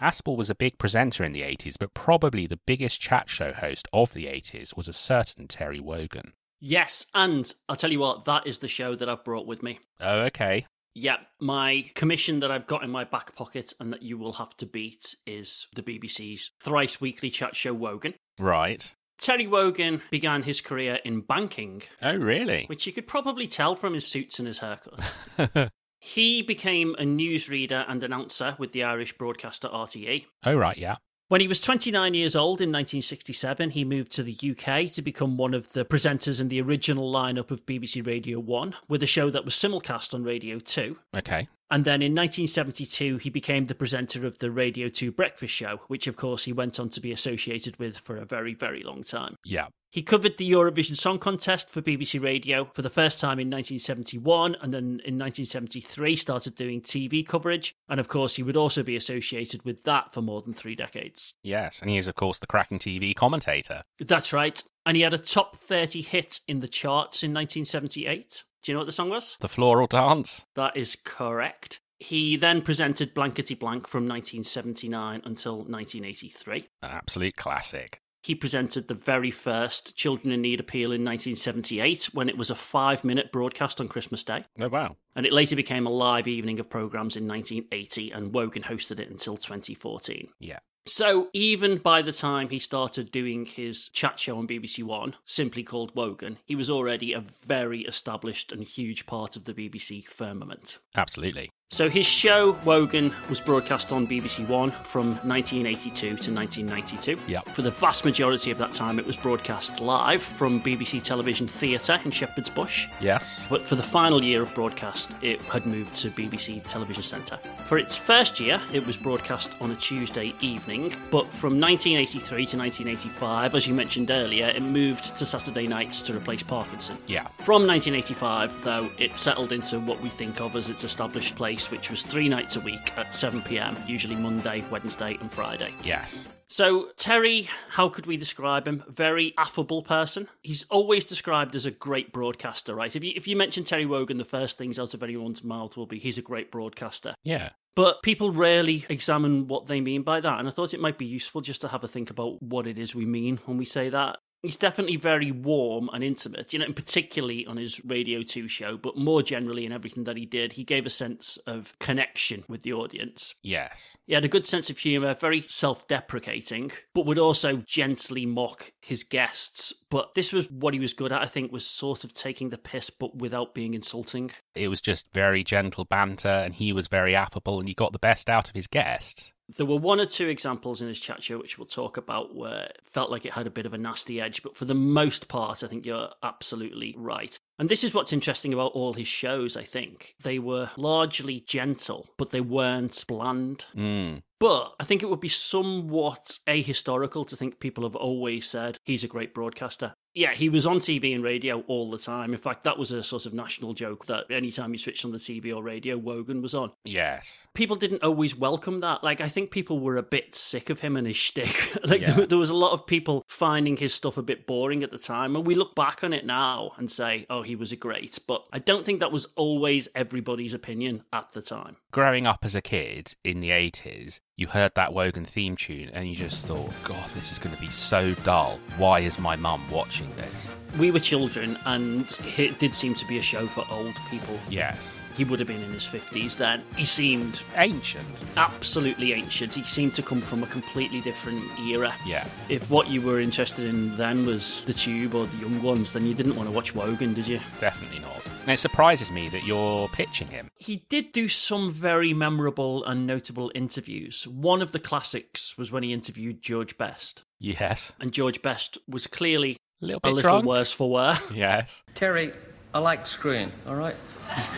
Speaker 1: Aspel was a big presenter in the 80s, but probably the biggest chat show host of the 80s was a certain Terry Wogan.
Speaker 2: Yes, and I'll tell you what, that is the show that I've brought with me.
Speaker 1: Oh, okay.
Speaker 2: Yeah, my commission that I've got in my back pocket and that you will have to beat is the BBC's thrice weekly chat show Wogan.
Speaker 1: Right.
Speaker 2: Terry Wogan began his career in banking,
Speaker 1: Oh, really?
Speaker 2: which you could probably tell from his suits and his haircut. he became a newsreader and announcer with the Irish broadcaster RTE.
Speaker 1: Oh, right, yeah.
Speaker 2: When he was 29 years old in 1967, he moved to the UK to become one of the presenters in the original lineup of BBC Radio 1 with a show that was simulcast on Radio 2.
Speaker 1: Okay.
Speaker 2: And then in 1972, he became the presenter of the Radio 2 Breakfast Show, which of course he went on to be associated with for a very, very long time.
Speaker 1: Yeah.
Speaker 2: He covered the Eurovision Song Contest for BBC Radio for the first time in 1971 and then in 1973 started doing TV coverage. And of course, he would also be associated with that for more than three decades.
Speaker 1: Yes, and he is, of course, the cracking TV commentator.
Speaker 2: That's right. And he had a top 30 hit in the charts in 1978. Do you know what the song was?
Speaker 1: The floral dance.
Speaker 2: That is correct. He then presented Blankety Blank from 1979 until 1983.
Speaker 1: An absolute classic.
Speaker 2: He presented the very first Children in Need appeal in 1978 when it was a five minute broadcast on Christmas Day.
Speaker 1: Oh, wow.
Speaker 2: And it later became a live evening of programmes in 1980, and Wogan hosted it until 2014.
Speaker 1: Yeah.
Speaker 2: So even by the time he started doing his chat show on BBC One, simply called Wogan, he was already a very established and huge part of the BBC firmament.
Speaker 1: Absolutely.
Speaker 2: So his show, Wogan, was broadcast on BBC One from 1982 to 1992.
Speaker 1: Yep.
Speaker 2: For the vast majority of that time, it was broadcast live from BBC Television Theatre in Shepherd's Bush.
Speaker 1: Yes.
Speaker 2: But for the final year of broadcast, it had moved to BBC Television Centre. For its first year, it was broadcast on a Tuesday evening, but from 1983 to 1985, as you mentioned earlier, it moved to Saturday nights to replace Parkinson.
Speaker 1: Yeah.
Speaker 2: From 1985, though, it settled into what we think of as its established place, which was three nights a week at 7 pm, usually Monday, Wednesday, and Friday.
Speaker 1: Yes.
Speaker 2: So, Terry, how could we describe him? Very affable person. He's always described as a great broadcaster, right? If you, if you mention Terry Wogan, the first things out of anyone's mouth will be he's a great broadcaster.
Speaker 1: Yeah.
Speaker 2: But people rarely examine what they mean by that. And I thought it might be useful just to have a think about what it is we mean when we say that. He's definitely very warm and intimate, you know, and particularly on his Radio 2 show, but more generally in everything that he did, he gave a sense of connection with the audience.
Speaker 1: Yes.
Speaker 2: He had a good sense of humour, very self deprecating, but would also gently mock his guests. But this was what he was good at, I think, was sort of taking the piss, but without being insulting.
Speaker 1: It was just very gentle banter, and he was very affable, and he got the best out of his guests.
Speaker 2: There were one or two examples in his chat show, which we'll talk about, where it felt like it had a bit of a nasty edge, but for the most part, I think you're absolutely right. And this is what's interesting about all his shows, I think. They were largely gentle, but they weren't bland.
Speaker 1: Mm.
Speaker 2: But I think it would be somewhat ahistorical to think people have always said he's a great broadcaster. Yeah, he was on TV and radio all the time. In fact, that was a sort of national joke that anytime you switched on the TV or radio, Wogan was on.
Speaker 1: Yes.
Speaker 2: People didn't always welcome that. Like, I think people were a bit sick of him and his shtick. like,
Speaker 1: Yeah.
Speaker 2: there, there was a lot of people finding his stuff a bit boring at the time. And we look back on it now and say, oh, he was a great. But I don't think that was always everybody's opinion at the time.
Speaker 1: Growing up as a kid in the 80s, you heard that Wogan theme tune and you just thought, God, this is going to be so dull. Why is my mum watching this?
Speaker 2: We were children, and it did seem to be a show for old people.
Speaker 1: Yes.
Speaker 2: He would have been in his 50s then. He seemed
Speaker 1: ancient.
Speaker 2: Absolutely ancient. He seemed to come from a completely different era.
Speaker 1: Yeah.
Speaker 2: If what you were interested in then was the tube or the young ones, then you didn't want to watch Wogan, did you?
Speaker 1: Definitely not. And it surprises me that you're pitching him.
Speaker 2: He did do some very memorable and notable interviews. One of the classics was when he interviewed George Best.
Speaker 1: Yes.
Speaker 2: And George Best was clearly a
Speaker 1: little,
Speaker 2: a
Speaker 1: bit
Speaker 2: little
Speaker 1: drunk.
Speaker 2: worse for wear.
Speaker 1: Yes.
Speaker 13: Terry, I like screwing, all right?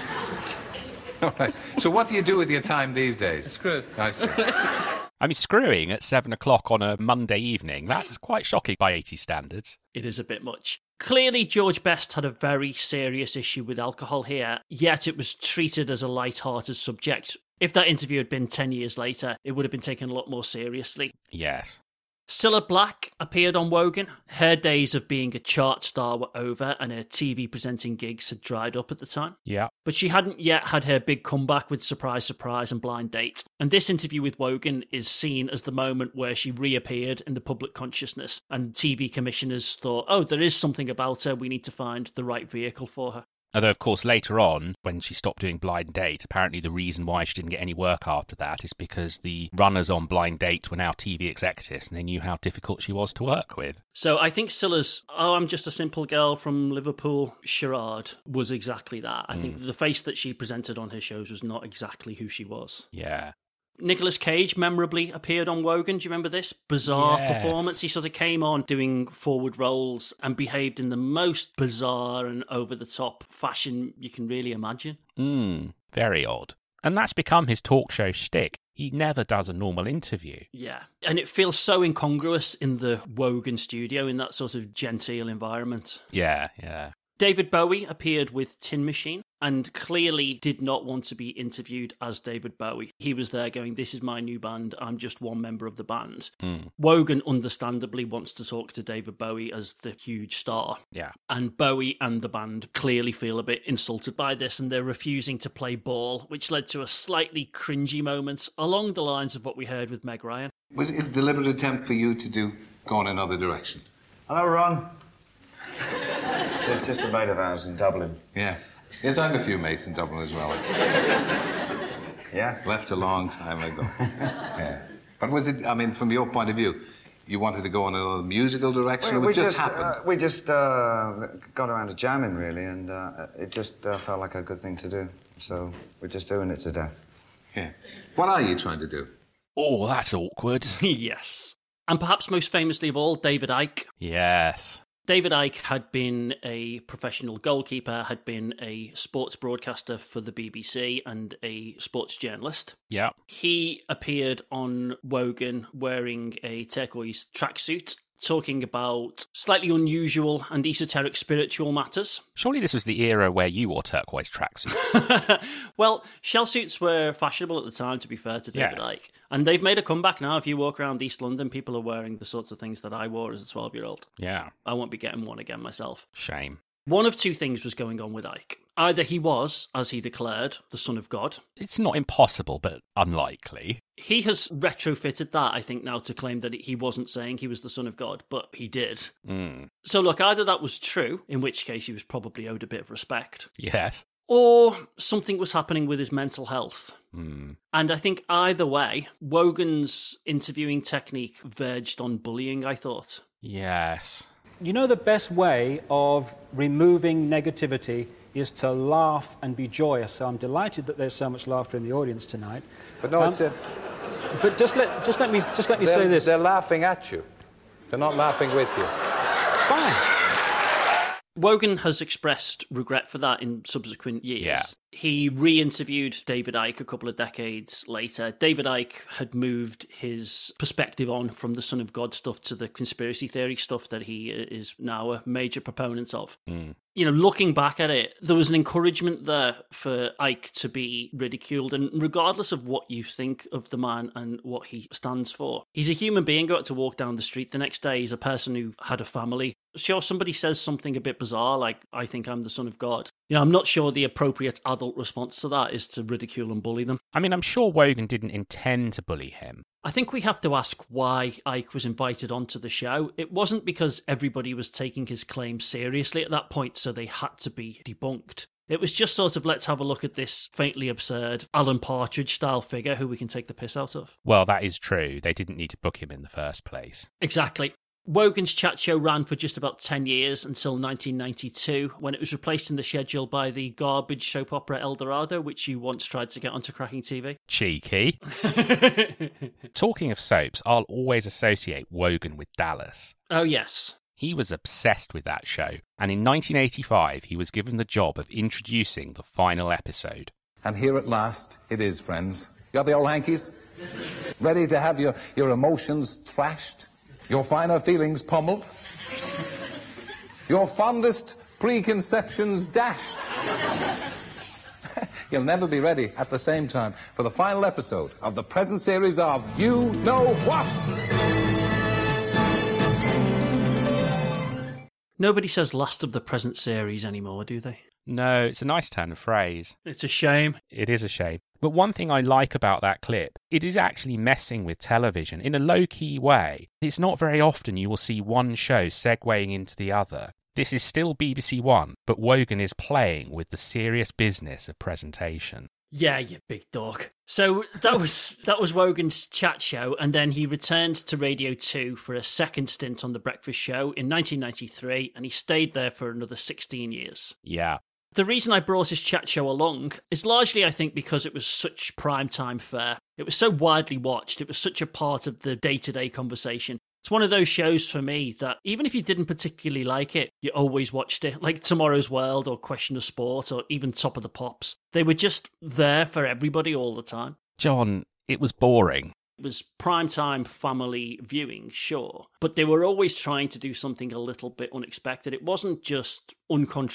Speaker 14: All right. So what do you do with your time these days? Screw. I see.
Speaker 1: I mean, screwing at seven o'clock on a Monday evening, that's quite shocking by 80 standards.
Speaker 2: It is a bit much. Clearly, George Best had a very serious issue with alcohol here, yet it was treated as a light-hearted subject. If that interview had been 10 years later, it would have been taken a lot more seriously.
Speaker 1: Yes.
Speaker 2: Cilla Black appeared on Wogan. Her days of being a chart star were over, and her TV presenting gigs had dried up at the time.
Speaker 1: Yeah.
Speaker 2: But she hadn't yet had her big comeback with Surprise, Surprise and Blind Date. And this interview with Wogan is seen as the moment where she reappeared in the public consciousness, and TV commissioners thought, oh, there is something about her. We need to find the right vehicle for her.
Speaker 1: Although, of course, later on, when she stopped doing Blind Date, apparently the reason why she didn't get any work after that is because the runners on Blind Date were now TV executives and they knew how difficult she was to work with.
Speaker 2: So I think Scylla's "Oh, I'm just a simple girl from Liverpool" charade was exactly that. I think
Speaker 1: Mm.
Speaker 2: the face that she presented on her shows was not exactly who she was.
Speaker 1: Yeah.
Speaker 2: Nicolas Cage memorably appeared on Wogan. Do you remember this bizarre
Speaker 1: Yes.
Speaker 2: performance? He sort of came on doing forward rolls and behaved in the most bizarre and over the top fashion you can really imagine.
Speaker 1: Mm, very odd. And that's become his talk show shtick. He never does a normal interview.
Speaker 2: Yeah. And it feels so incongruous in the Wogan studio in that sort of genteel environment.
Speaker 1: Yeah, yeah.
Speaker 2: David Bowie appeared with Tin Machine and clearly did not want to be interviewed as David Bowie. He was there going, This is my new band. I'm just one member of the band.
Speaker 1: Mm.
Speaker 2: Wogan understandably wants to talk to David Bowie as the huge star.
Speaker 1: Yeah.
Speaker 2: And Bowie and the band clearly feel a bit insulted by this and they're refusing to play ball, which led to a slightly cringy moment along the lines of what we heard with Meg Ryan.
Speaker 14: Was it a deliberate attempt for you to do go in another direction?
Speaker 15: Hello, Ron. There's just a mate of ours in Dublin.
Speaker 14: Yeah. Yes, I have a few mates in Dublin as well.
Speaker 15: Yeah?
Speaker 14: Left a long time ago. yeah. But was it, I mean, from your point of view, you wanted to go in another musical direction?
Speaker 15: We,
Speaker 14: or
Speaker 15: we
Speaker 14: it just,
Speaker 15: just,
Speaker 14: happened.
Speaker 15: uh, we just uh, got around to jamming, really, and uh, it just uh, felt like a good thing to do. So we're just doing it to death.
Speaker 14: Yeah. What are you trying to do?
Speaker 1: Oh, that's awkward.
Speaker 2: yes. And perhaps most famously of all, David Icke.
Speaker 1: Yes.
Speaker 2: David Icke had been a professional goalkeeper, had been a sports broadcaster for the BBC, and a sports journalist.
Speaker 1: Yeah.
Speaker 2: He appeared on Wogan wearing a turquoise tracksuit, talking about slightly unusual and esoteric spiritual matters.
Speaker 1: Surely this was the era where you wore turquoise tracksuits.
Speaker 2: Well, shell suits were fashionable at the time, to be fair to David
Speaker 1: Yes.
Speaker 2: Icke. And they've made a comeback now. If you walk around East London, people are wearing the sorts of things that I wore as a 12 year old.
Speaker 1: yeah.
Speaker 2: I won't be getting one again myself.
Speaker 1: Shame.
Speaker 2: One of two things was going on with Ike. Either he was, as he declared, the son of God.
Speaker 1: It's not impossible, but unlikely.
Speaker 2: He has retrofitted that, I think, now to claim that he wasn't saying he was the son of God, but he did.
Speaker 1: Mm.
Speaker 2: So, look, either that was true, in which case he was probably owed a bit of respect,
Speaker 1: Yes.
Speaker 2: or something was happening with his mental health.
Speaker 1: Mm.
Speaker 2: And I think either way, Wogan's interviewing technique verged on bullying, I thought.
Speaker 1: Yes.
Speaker 16: You know, the best way of removing negativity is to laugh and be joyous. So I'm delighted that there's so much laughter in the audience tonight. Um,
Speaker 17: But no, it's a-
Speaker 16: But just let, just let me, just let me
Speaker 17: They're-
Speaker 16: say this.
Speaker 17: They're laughing at you. They're not laughing with you.
Speaker 2: Wogan has expressed regret for that in subsequent years.
Speaker 1: Yeah.
Speaker 2: He re interviewed David Icke a couple of decades later. David Icke had moved his perspective on from the Son of God stuff to the conspiracy theory stuff that he uh, is now a major proponent of.
Speaker 1: Mm.
Speaker 2: You know, looking back at it, there was an encouragement there for Ike to be ridiculed. And regardless of what you think of the man and what he stands for, he's a human being who had to walk down the street the next day. He's a person who had a family. Sure, somebody says something a bit bizarre, like, I think I'm the son of God. You know, I'm not sure the appropriate adult response to that is to ridicule and bully them.
Speaker 1: I mean, I'm sure Wogan didn't intend to bully him.
Speaker 2: I think we have to ask why Ike was invited onto the show. It wasn't because everybody was taking his claims seriously at that point, so they had to be debunked. It was just sort of let's have a look at this faintly absurd Alan Partridge style figure who we can take the piss out of.
Speaker 1: Well, that is true. They didn't need to book him in the first place.
Speaker 2: Exactly. Wogan's chat show ran for just about 10 years until 1992, when it was replaced in the schedule by the garbage soap opera El Dorado, which you once tried to get onto cracking TV.
Speaker 1: Cheeky. Talking of soaps, I'll always associate Wogan with Dallas.
Speaker 2: Oh, yes.
Speaker 1: He was obsessed with that show, and in 1985 he was given the job of introducing the final episode.
Speaker 14: And here at last it is, friends. You got the old hankies? Ready to have your, your emotions thrashed? Your finer feelings pummeled? Your fondest preconceptions dashed? You'll never be ready at the same time for the final episode of the present series of You Know What?
Speaker 2: Nobody says last of the present series anymore, do they?
Speaker 1: No, it's a nice turn of phrase.
Speaker 2: It's a shame.
Speaker 1: It is a shame. But one thing I like about that clip, it is actually messing with television in a low key way. It's not very often you will see one show segueing into the other. This is still BBC One, but Wogan is playing with the serious business of presentation.
Speaker 2: Yeah, you big dog. So that was that was Wogan's chat show, and then he returned to Radio Two for a second stint on the Breakfast Show in 1993, and he stayed there for another 16 years.
Speaker 1: Yeah.
Speaker 2: The reason I brought his chat show along is largely, I think, because it was such prime time fare. It was so widely watched. It was such a part of the day to day conversation. It's one of those shows for me that even if you didn't particularly like it, you always watched it, like Tomorrow's World or Question of Sport or even Top of the Pops. They were just there for everybody all the time.
Speaker 1: John, it was boring.
Speaker 2: It was prime time family viewing, sure, but they were always trying to do something a little bit unexpected. It wasn't just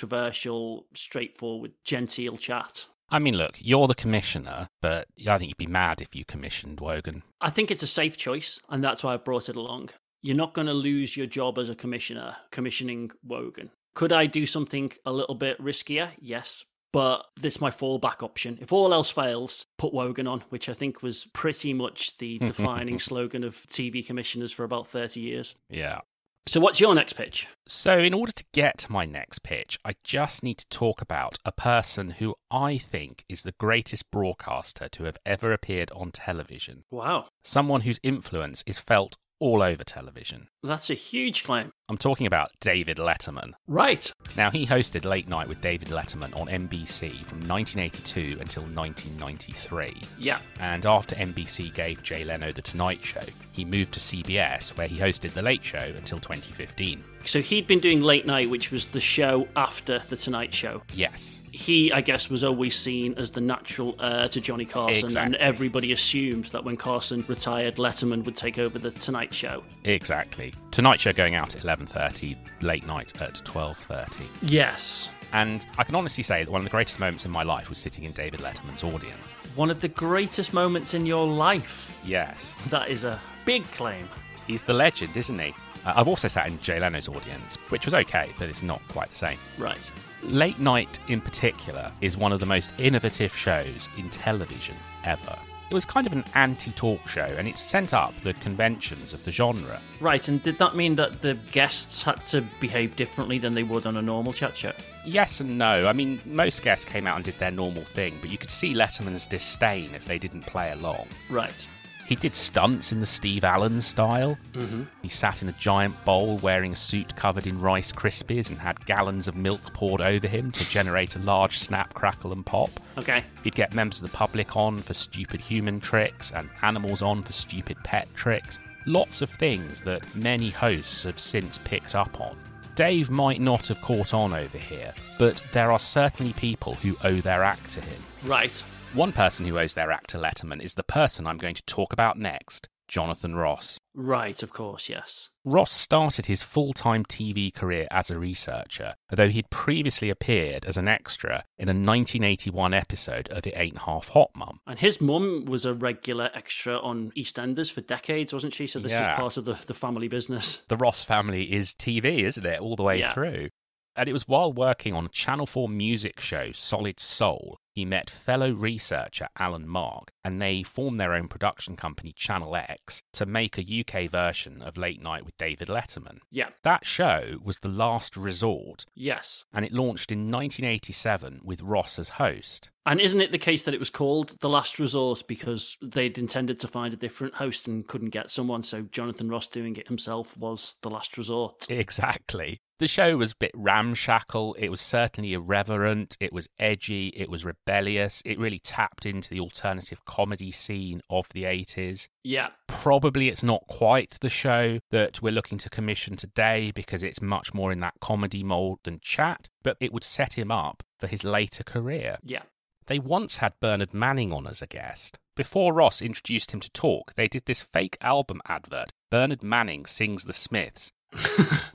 Speaker 2: uncontroversial, straightforward, genteel chat.
Speaker 1: I mean, look, you're the commissioner, but I think you'd be mad if you commissioned Wogan.
Speaker 2: I think it's a safe choice, and that's why I've brought it along. You're not going to lose your job as a commissioner commissioning Wogan. Could I do something a little bit riskier? Yes, but this is my fallback option. If all else fails, put Wogan on, which I think was pretty much the defining slogan of TV commissioners for about 30 years.
Speaker 1: Yeah.
Speaker 2: So, what's your next pitch?
Speaker 1: So, in order to get my next pitch, I just need to talk about a person who I think is the greatest broadcaster to have ever appeared on television.
Speaker 2: Wow.
Speaker 1: Someone whose influence is felt all over television.
Speaker 2: That's a huge claim.
Speaker 1: I'm talking about David Letterman.
Speaker 2: Right.
Speaker 1: Now, he hosted Late Night with David Letterman on NBC from 1982 until 1993.
Speaker 2: Yeah.
Speaker 1: And after NBC gave Jay Leno The Tonight Show, he moved to CBS, where he hosted The Late Show until 2015.
Speaker 2: So he'd been doing Late Night, which was the show after The Tonight Show.
Speaker 1: Yes.
Speaker 2: He, I guess, was always seen as the natural heir to Johnny Carson, and
Speaker 1: Exactly.
Speaker 2: everybody assumed that when Carson retired, Letterman would take over The Tonight Show.
Speaker 1: Exactly. Tonight Show going out at 11.30, Late Night at 12.30.
Speaker 2: Yes.
Speaker 1: And I can honestly say that one of the greatest moments in my life was sitting in David Letterman's audience.
Speaker 2: One of the greatest moments in your life.
Speaker 1: Yes.
Speaker 2: That is a big claim.
Speaker 1: He's the legend, isn't he? Uh, I've also sat in Jay Leno's audience, which was okay, but it's not quite the same.
Speaker 2: Right.
Speaker 1: Late Night, in particular, is one of the most innovative shows in television ever. It was kind of an anti talk show, and it sent up the conventions of the genre.
Speaker 2: Right, and did that mean that the guests had to behave differently than they would on a normal chat show?
Speaker 1: Yes and no. I mean, most guests came out and did their normal thing, but you could see Letterman's disdain if they didn't play along.
Speaker 2: Right.
Speaker 1: He did stunts in the Steve Allen style.
Speaker 2: Mhm.
Speaker 1: He sat in a giant bowl wearing a suit covered in Rice Krispies and had gallons of milk poured over him to generate a large snap, crackle, and pop.
Speaker 2: Okay.
Speaker 1: He'd get members of the public on for stupid human tricks and animals on for stupid pet tricks. Lots of things that many hosts have since picked up on. Dave might not have caught on over here, but there are certainly people who owe their act to him.
Speaker 2: Right.
Speaker 1: One person who owes their act to Letterman is the person I'm going to talk about next, Jonathan Ross.
Speaker 2: Right, of course, yes.
Speaker 1: Ross started his full time TV career as a researcher, although he'd previously appeared as an extra in a 1981 episode of It Ain't Half Hot Mum.
Speaker 2: And his mum was a regular extra on EastEnders for decades, wasn't she? So this
Speaker 1: Yeah.
Speaker 2: is part of the, the family business.
Speaker 1: The Ross family is TV, isn't it, all the way
Speaker 2: Yeah.
Speaker 1: through? And it was while working on Channel 4 music show Solid Soul, he met fellow researcher Alan Mark, and they formed their own production company, Channel X, to make a UK version of Late Night with David Letterman.
Speaker 2: Yeah.
Speaker 1: That show was the last resort,
Speaker 2: Yes.
Speaker 1: and it launched in 1987 with Ross as host.
Speaker 2: And isn't it the case that it was called The Last Resort because they'd intended to find a different host and couldn't get someone? So Jonathan Ross doing it himself was The Last Resort.
Speaker 1: Exactly. The show was a bit ramshackle. It was certainly irreverent. It was edgy. It was rebellious. It really tapped into the alternative comedy scene of the 80s.
Speaker 2: Yeah.
Speaker 1: Probably it's not quite the show that we're looking to commission today because it's much more in that comedy mold than chat, but it would set him up for his later career.
Speaker 2: Yeah.
Speaker 1: They once had Bernard Manning on as a guest. Before Ross introduced him to talk, they did this fake album advert Bernard Manning sings The Smiths.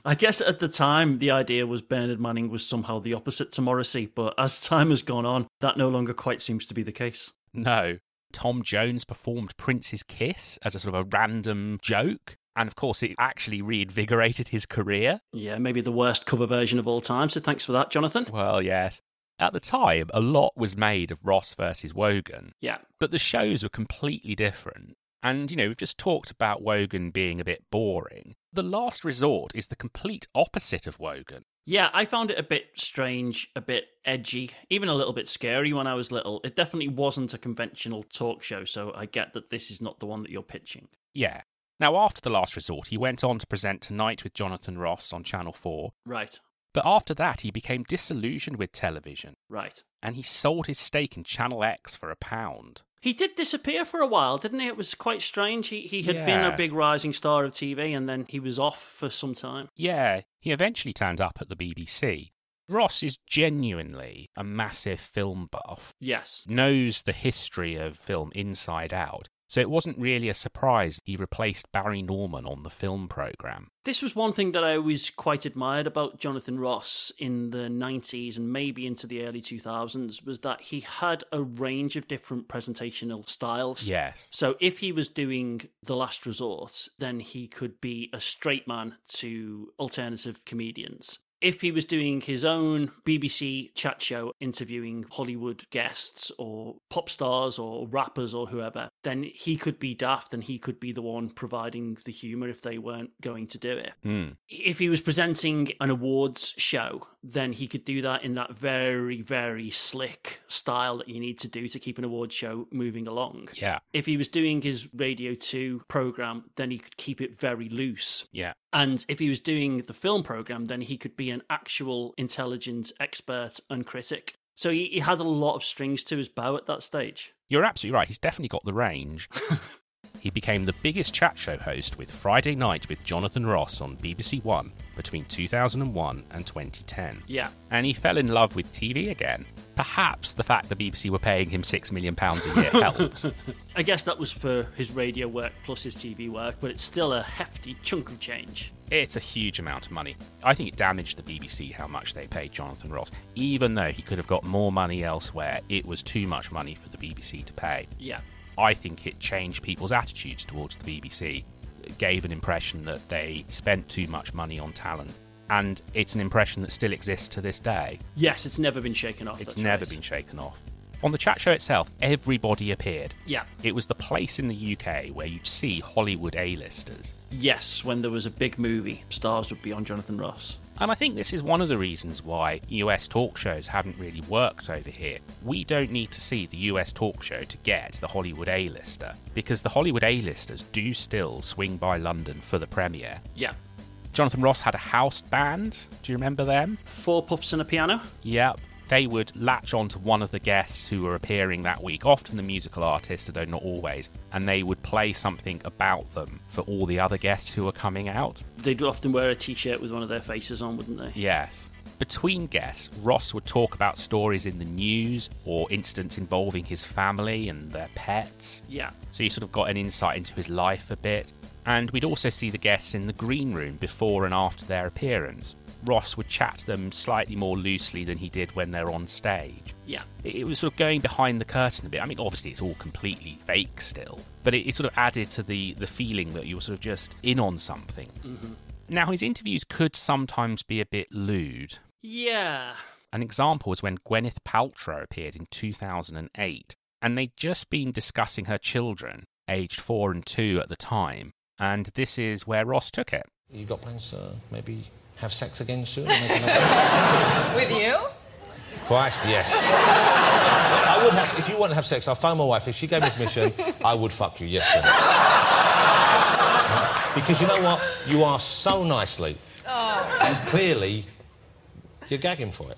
Speaker 2: I guess at the time the idea was Bernard Manning was somehow the opposite to Morrissey, but as time has gone on, that no longer quite seems to be the case.
Speaker 1: No. Tom Jones performed Prince's Kiss as a sort of a random joke. And of course, it actually reinvigorated his career.
Speaker 2: Yeah, maybe the worst cover version of all time. So thanks for that, Jonathan.
Speaker 1: Well, yes. At the time, a lot was made of Ross versus Wogan.
Speaker 2: Yeah.
Speaker 1: But the shows were completely different. And, you know, we've just talked about Wogan being a bit boring. The Last Resort is the complete opposite of Wogan.
Speaker 2: Yeah, I found it a bit strange, a bit edgy, even a little bit scary when I was little. It definitely wasn't a conventional talk show, so I get that this is not the one that you're pitching.
Speaker 1: Yeah. Now, after The Last Resort, he went on to present Tonight with Jonathan Ross on Channel 4.
Speaker 2: Right,
Speaker 1: But after that, he became disillusioned with television
Speaker 2: right.
Speaker 1: and he sold his stake in Channel X for a pound.
Speaker 2: He did disappear for a while, didn't he? It was quite strange. He he had been
Speaker 1: Yeah.
Speaker 2: a big rising star of TV and then he was off for some time.
Speaker 1: Yeah, he eventually turned up at the BBC. Ross is genuinely a massive film buff,
Speaker 2: Yes.
Speaker 1: knows the history of film inside out, so it wasn't really a surprise he replaced Barry Norman on the film programme.
Speaker 2: This was one thing that I always quite admired about Jonathan Ross in the 90s and maybe into the early 2000s was that he had a range of different presentational styles.
Speaker 1: Yes.
Speaker 2: So if he was doing The Last Resort, then he could be a straight man to alternative comedians. If he was doing his own BBC chat show interviewing Hollywood guests or pop stars or rappers or whoever, then he could be daft and he could be the one providing the humour if they weren't going to do it
Speaker 1: Hmm.
Speaker 2: if he was presenting an awards show, then he could do that in that very, very slick style that you need to do to keep an awards show moving along.
Speaker 1: Yeah,
Speaker 2: If he was doing his Radio 2 program, then he could keep it very loose.
Speaker 1: yeah.
Speaker 2: And if he was doing the film program, then he could be an actual intelligent expert and critic. So he, he had a lot of strings to his bow at that stage.
Speaker 1: You're absolutely right. He's definitely got the range. he became the biggest chat show host with Friday Night with Jonathan Ross on BBC One between 2001 and 2010.
Speaker 2: Yeah.
Speaker 1: And he fell in love with TV again. Perhaps the fact the BBC were paying him £6 million a year helped.
Speaker 2: I guess that was for his radio work plus his TV work, but it's still a hefty chunk of change.
Speaker 1: It's a huge amount of money. I think it damaged the BBC how much they paid Jonathan Ross. Even though he could have got more money elsewhere, it was too much money for the BBC to pay.
Speaker 2: Yeah.
Speaker 1: I think it changed people's attitudes towards the BBC. It gave an impression that they spent too much money on talent. And it's an impression that still exists to this day.
Speaker 2: Yes, it's never been shaken off.
Speaker 1: It's
Speaker 2: that's
Speaker 1: never
Speaker 2: right.
Speaker 1: been shaken off. On the chat show itself, everybody appeared.
Speaker 2: Yeah.
Speaker 1: It was the place in the UK where you'd see Hollywood A-listers.
Speaker 2: Yes, when there was a big movie, stars would be on Jonathan Ross.
Speaker 1: And I think this is one of the reasons why US talk shows haven't really worked over here. We don't need to see the US talk show to get the Hollywood A-lister, because the Hollywood A-listers do still swing by London for the premiere.
Speaker 2: Yeah.
Speaker 1: Jonathan Ross had a house band. Do you remember them?
Speaker 2: Four puffs and a piano?
Speaker 1: Yep. They would latch on to one of the guests who were appearing that week, often the musical artist, although not always, and they would play something about them for all the other guests who were coming out.
Speaker 2: They'd often wear a t shirt with one of their faces on, wouldn't they?
Speaker 1: Yes. Between guests, Ross would talk about stories in the news or incidents involving his family and their pets.
Speaker 2: Yeah.
Speaker 1: So you sort of got an insight into his life a bit. And we'd also see the guests in the green room before and after their appearance. Ross would chat to them slightly more loosely than he did when they're on stage.
Speaker 2: Yeah.
Speaker 1: It it was sort of going behind the curtain a bit. I mean, obviously, it's all completely fake still, but it, it sort of added to the, the feeling that you were sort of just in on something. Now, his interviews could sometimes be a bit lewd.
Speaker 2: Yeah.
Speaker 1: An example was when Gwyneth Paltrow appeared in 2008, and they'd just been discussing her children, aged four and two at the time, and this is where Ross took it.
Speaker 5: You got plans to maybe have sex again soon?
Speaker 9: With you?
Speaker 5: Christ, yes. I would have, if you want to have sex, I'll find my wife. If she gave me permission, I would fuck you, yes, Gwyneth. because you know what? You are so nicely. And clearly, you're gagging for it.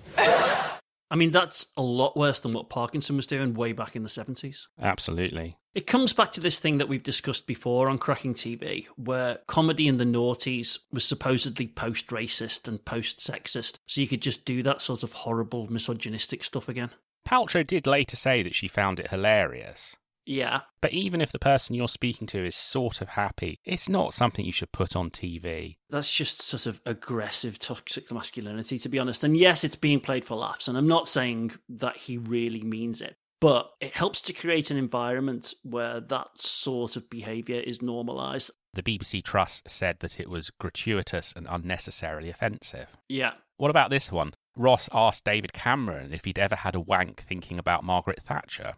Speaker 2: I mean, that's a lot worse than what Parkinson was doing way back in the 70s.
Speaker 1: Absolutely.
Speaker 2: It comes back to this thing that we've discussed before on Cracking TV, where comedy in the noughties was supposedly post racist and post sexist, so you could just do that sort of horrible misogynistic stuff again.
Speaker 1: Paltrow did later say that she found it hilarious.
Speaker 2: Yeah.
Speaker 1: But even if the person you're speaking to is sort of happy, it's not something you should put on TV.
Speaker 2: That's just sort of aggressive toxic masculinity, to be honest. And yes, it's being played for laughs, and I'm not saying that he really means it, but it helps to create an environment where that sort of behaviour is normalised.
Speaker 1: The BBC Trust said that it was gratuitous and unnecessarily offensive.
Speaker 2: Yeah.
Speaker 1: What about this one? Ross asked David Cameron if he'd ever had a wank thinking about Margaret Thatcher.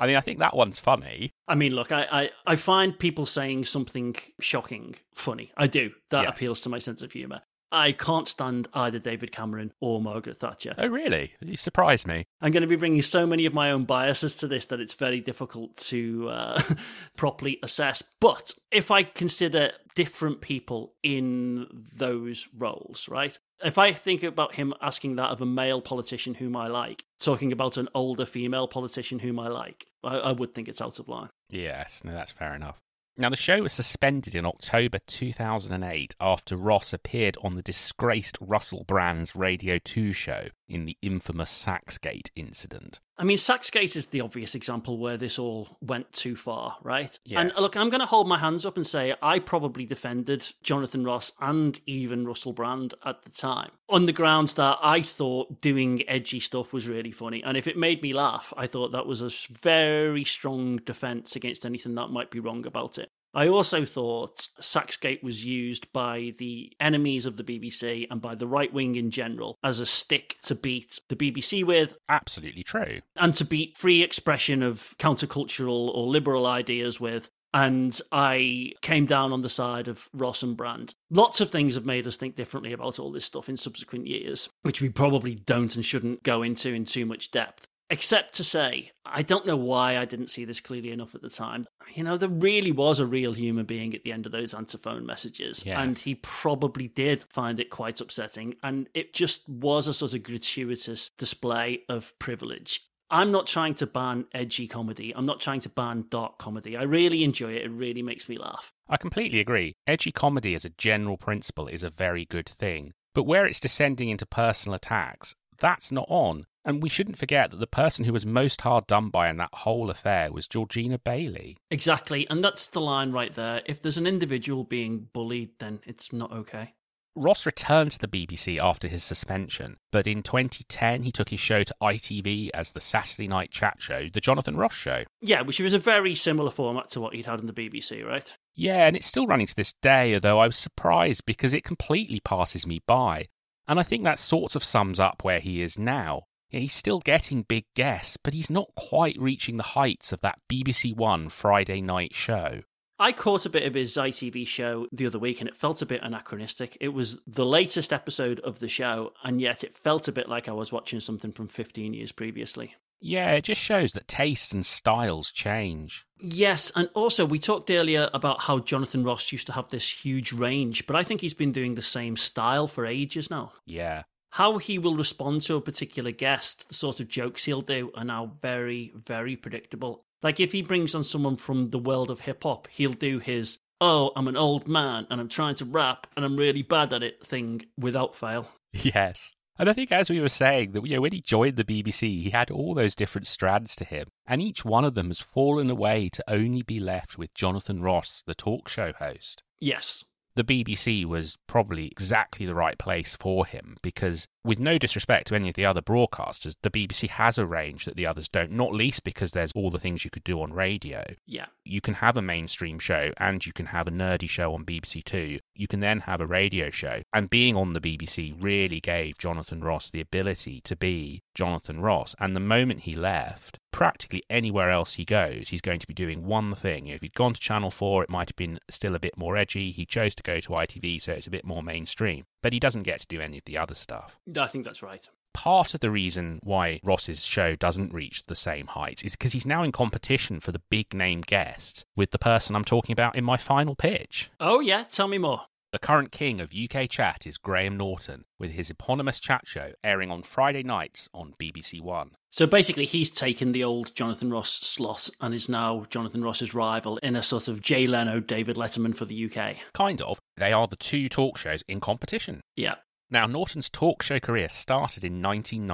Speaker 1: I mean, I think that one's funny.
Speaker 2: I mean, look, I, I, I find people saying something shocking funny. I do. That
Speaker 1: Yes.
Speaker 2: appeals to my sense of humour. I can't stand either David Cameron or Margaret Thatcher.
Speaker 1: Oh, really? You surprised me.
Speaker 2: I'm going to be bringing so many of my own biases to this that it's very difficult to uh, properly assess. But if I consider different people in those roles, right? If I think about him asking that of a male politician whom I like, talking about an older female politician whom I like, I, I would think it's out of line.
Speaker 1: Yes, no, that's fair enough. Now, the show was suspended in October 2008 after Ross appeared on the disgraced Russell Brand's Radio 2 show in the infamous Saxgate incident.
Speaker 2: I mean, Saxgate is the obvious example where this all went too far, right?
Speaker 1: Yes.
Speaker 2: And uh, look, I'm going to hold my hands up and say I probably defended Jonathan Ross and even Russell Brand at the time on the grounds that I thought doing edgy stuff was really funny. And if it made me laugh, I thought that was a s- very strong defense against anything that might be wrong about it. I also thought Saxgate was used by the enemies of the BBC and by the right wing in general as a stick to beat the BBC with
Speaker 1: Absolutely true.
Speaker 2: and to be free expression of countercultural or liberal ideas with. And I came down on the side of Ross and Brand. Lots of things have made us think differently about all this stuff in subsequent years, which we probably don't and shouldn't go into in too much depth. Except to say, I don't know why I didn't see this clearly enough at the time. You know, there really was a real human being at the end of those antiphone messages,
Speaker 1: Yes.
Speaker 2: and he probably did find it quite upsetting. And it just was a sort of gratuitous display of privilege. I'm not trying to ban edgy comedy. I'm not trying to ban dark comedy. I really enjoy it. It really makes me laugh.
Speaker 1: I completely agree. Edgy comedy as a general principle is a very good thing. But where it's descending into personal attacks, that's not on. And we shouldn't forget that the person who was most hard done by in that whole affair was Georgina Bailey.
Speaker 2: Exactly. And that's the line right there. If there's an individual being bullied, then it's not okay.
Speaker 1: Ross returned to the BBC after his suspension, but in 2010 he took his show to ITV as the Saturday night chat show, The Jonathan Ross Show.
Speaker 2: Yeah, which was a very similar format to what he'd had on the BBC, right?
Speaker 1: Yeah, and it's still running to this day, although I was surprised because it completely passes me by. And I think that sort of sums up where he is now. Yeah, He's still getting big guests, but he's not quite reaching the heights of that BBC One Friday night show.
Speaker 2: I caught a bit of his ITV show the other week and it felt a bit anachronistic. It was the latest episode of the show, and yet it felt a bit like I was watching something from 15 years previously.
Speaker 1: Yeah, it just shows that tastes and styles change.
Speaker 2: Yes, and also we talked earlier about how Jonathan Ross used to have this huge range, but I think he's been doing the same style for ages now.
Speaker 1: Yeah.
Speaker 2: How he will respond to a particular guest, the sort of jokes he'll do, are now very, very predictable. Like if he brings on someone from the world of hip hop, he'll do his, oh, I'm an old man and I'm trying to rap and I'm really bad at it thing without fail.
Speaker 1: Yes. And I think, as we were saying, that you know, when he joined the BBC, he had all those different strands to him, and each one of them has fallen away to only be left with Jonathan Ross, the talk show host.
Speaker 2: Yes.
Speaker 1: The BBC was probably exactly the right place for him because, with no disrespect to any of the other broadcasters, the BBC has a range that the others don't, not least because there's all the things you could do on radio
Speaker 2: Yeah.
Speaker 1: you can have a mainstream show and you can have a nerdy show on BBC Two. You can then have a radio show. And being on the BBC really gave Jonathan Ross the ability to be Jonathan Ross. And the moment he left, practically anywhere else he goes, he's going to be doing one thing. If he'd gone to Channel 4, it might have been still a bit more edgy. He chose to go to ITV, so it's a bit more mainstream. But he doesn't get to do any of the other stuff
Speaker 2: I think that's right.
Speaker 1: part of the reason why Ross's show doesn't reach the same heights is because he's now in competition for the big name guests with the person I'm talking about in my final pitch.
Speaker 2: Oh, yeah, tell me more.
Speaker 1: The current king of UK chat is Graham Norton with his eponymous chat show airing on Friday nights on BBC One.
Speaker 2: So basically, he's taken the old Jonathan Ross slot and is now Jonathan Ross's rival in a sort of Jay Leno, David Letterman for the UK.
Speaker 1: Kind of, they are the two talk shows in competition.
Speaker 2: Yeah.
Speaker 1: Now, Norton's talk show career started in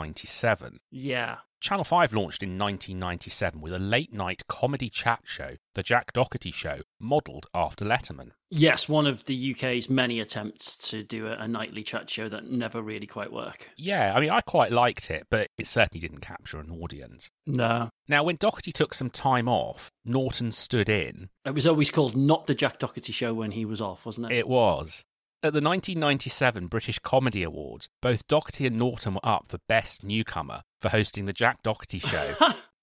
Speaker 1: 1997.
Speaker 2: Yeah.
Speaker 1: Channel 5 launched in 1997 with a late night comedy chat show, The Jack Doherty Show, modelled after Letterman.
Speaker 2: Yes, one of the UK's many attempts to do a, a nightly chat show that never really quite work.
Speaker 1: Yeah, I mean, I quite liked it, but it certainly didn't capture an audience.
Speaker 2: No.
Speaker 1: Now, when Doherty took some time off, Norton stood in.
Speaker 2: It was always called not the Jack Doherty show when he was off, wasn't it?
Speaker 1: It was. At the 1997 British Comedy Awards, both Doherty and Norton were up for Best Newcomer for hosting The Jack Doherty Show.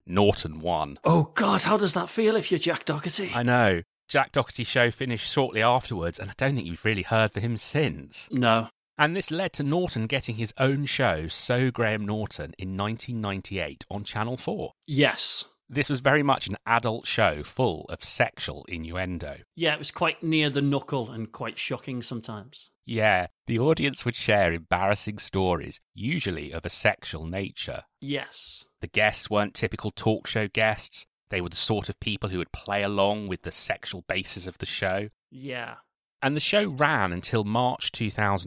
Speaker 1: Norton won.
Speaker 2: Oh God, how does that feel if you're Jack Doherty?
Speaker 1: I know. Jack Doherty show finished shortly afterwards, and I don't think we've really heard from him since.
Speaker 2: No.
Speaker 1: And this led to Norton getting his own show, So Graham Norton, in 1998 on Channel 4.
Speaker 2: Yes.
Speaker 1: This was very much an adult show full of sexual innuendo.
Speaker 2: Yeah, it was quite near the knuckle and quite shocking sometimes.
Speaker 1: Yeah, the audience would share embarrassing stories, usually of a sexual nature.
Speaker 2: Yes.
Speaker 1: The guests weren't typical talk show guests. They were the sort of people who would play along with the sexual basis of the show.
Speaker 2: Yeah.
Speaker 1: And the show ran until March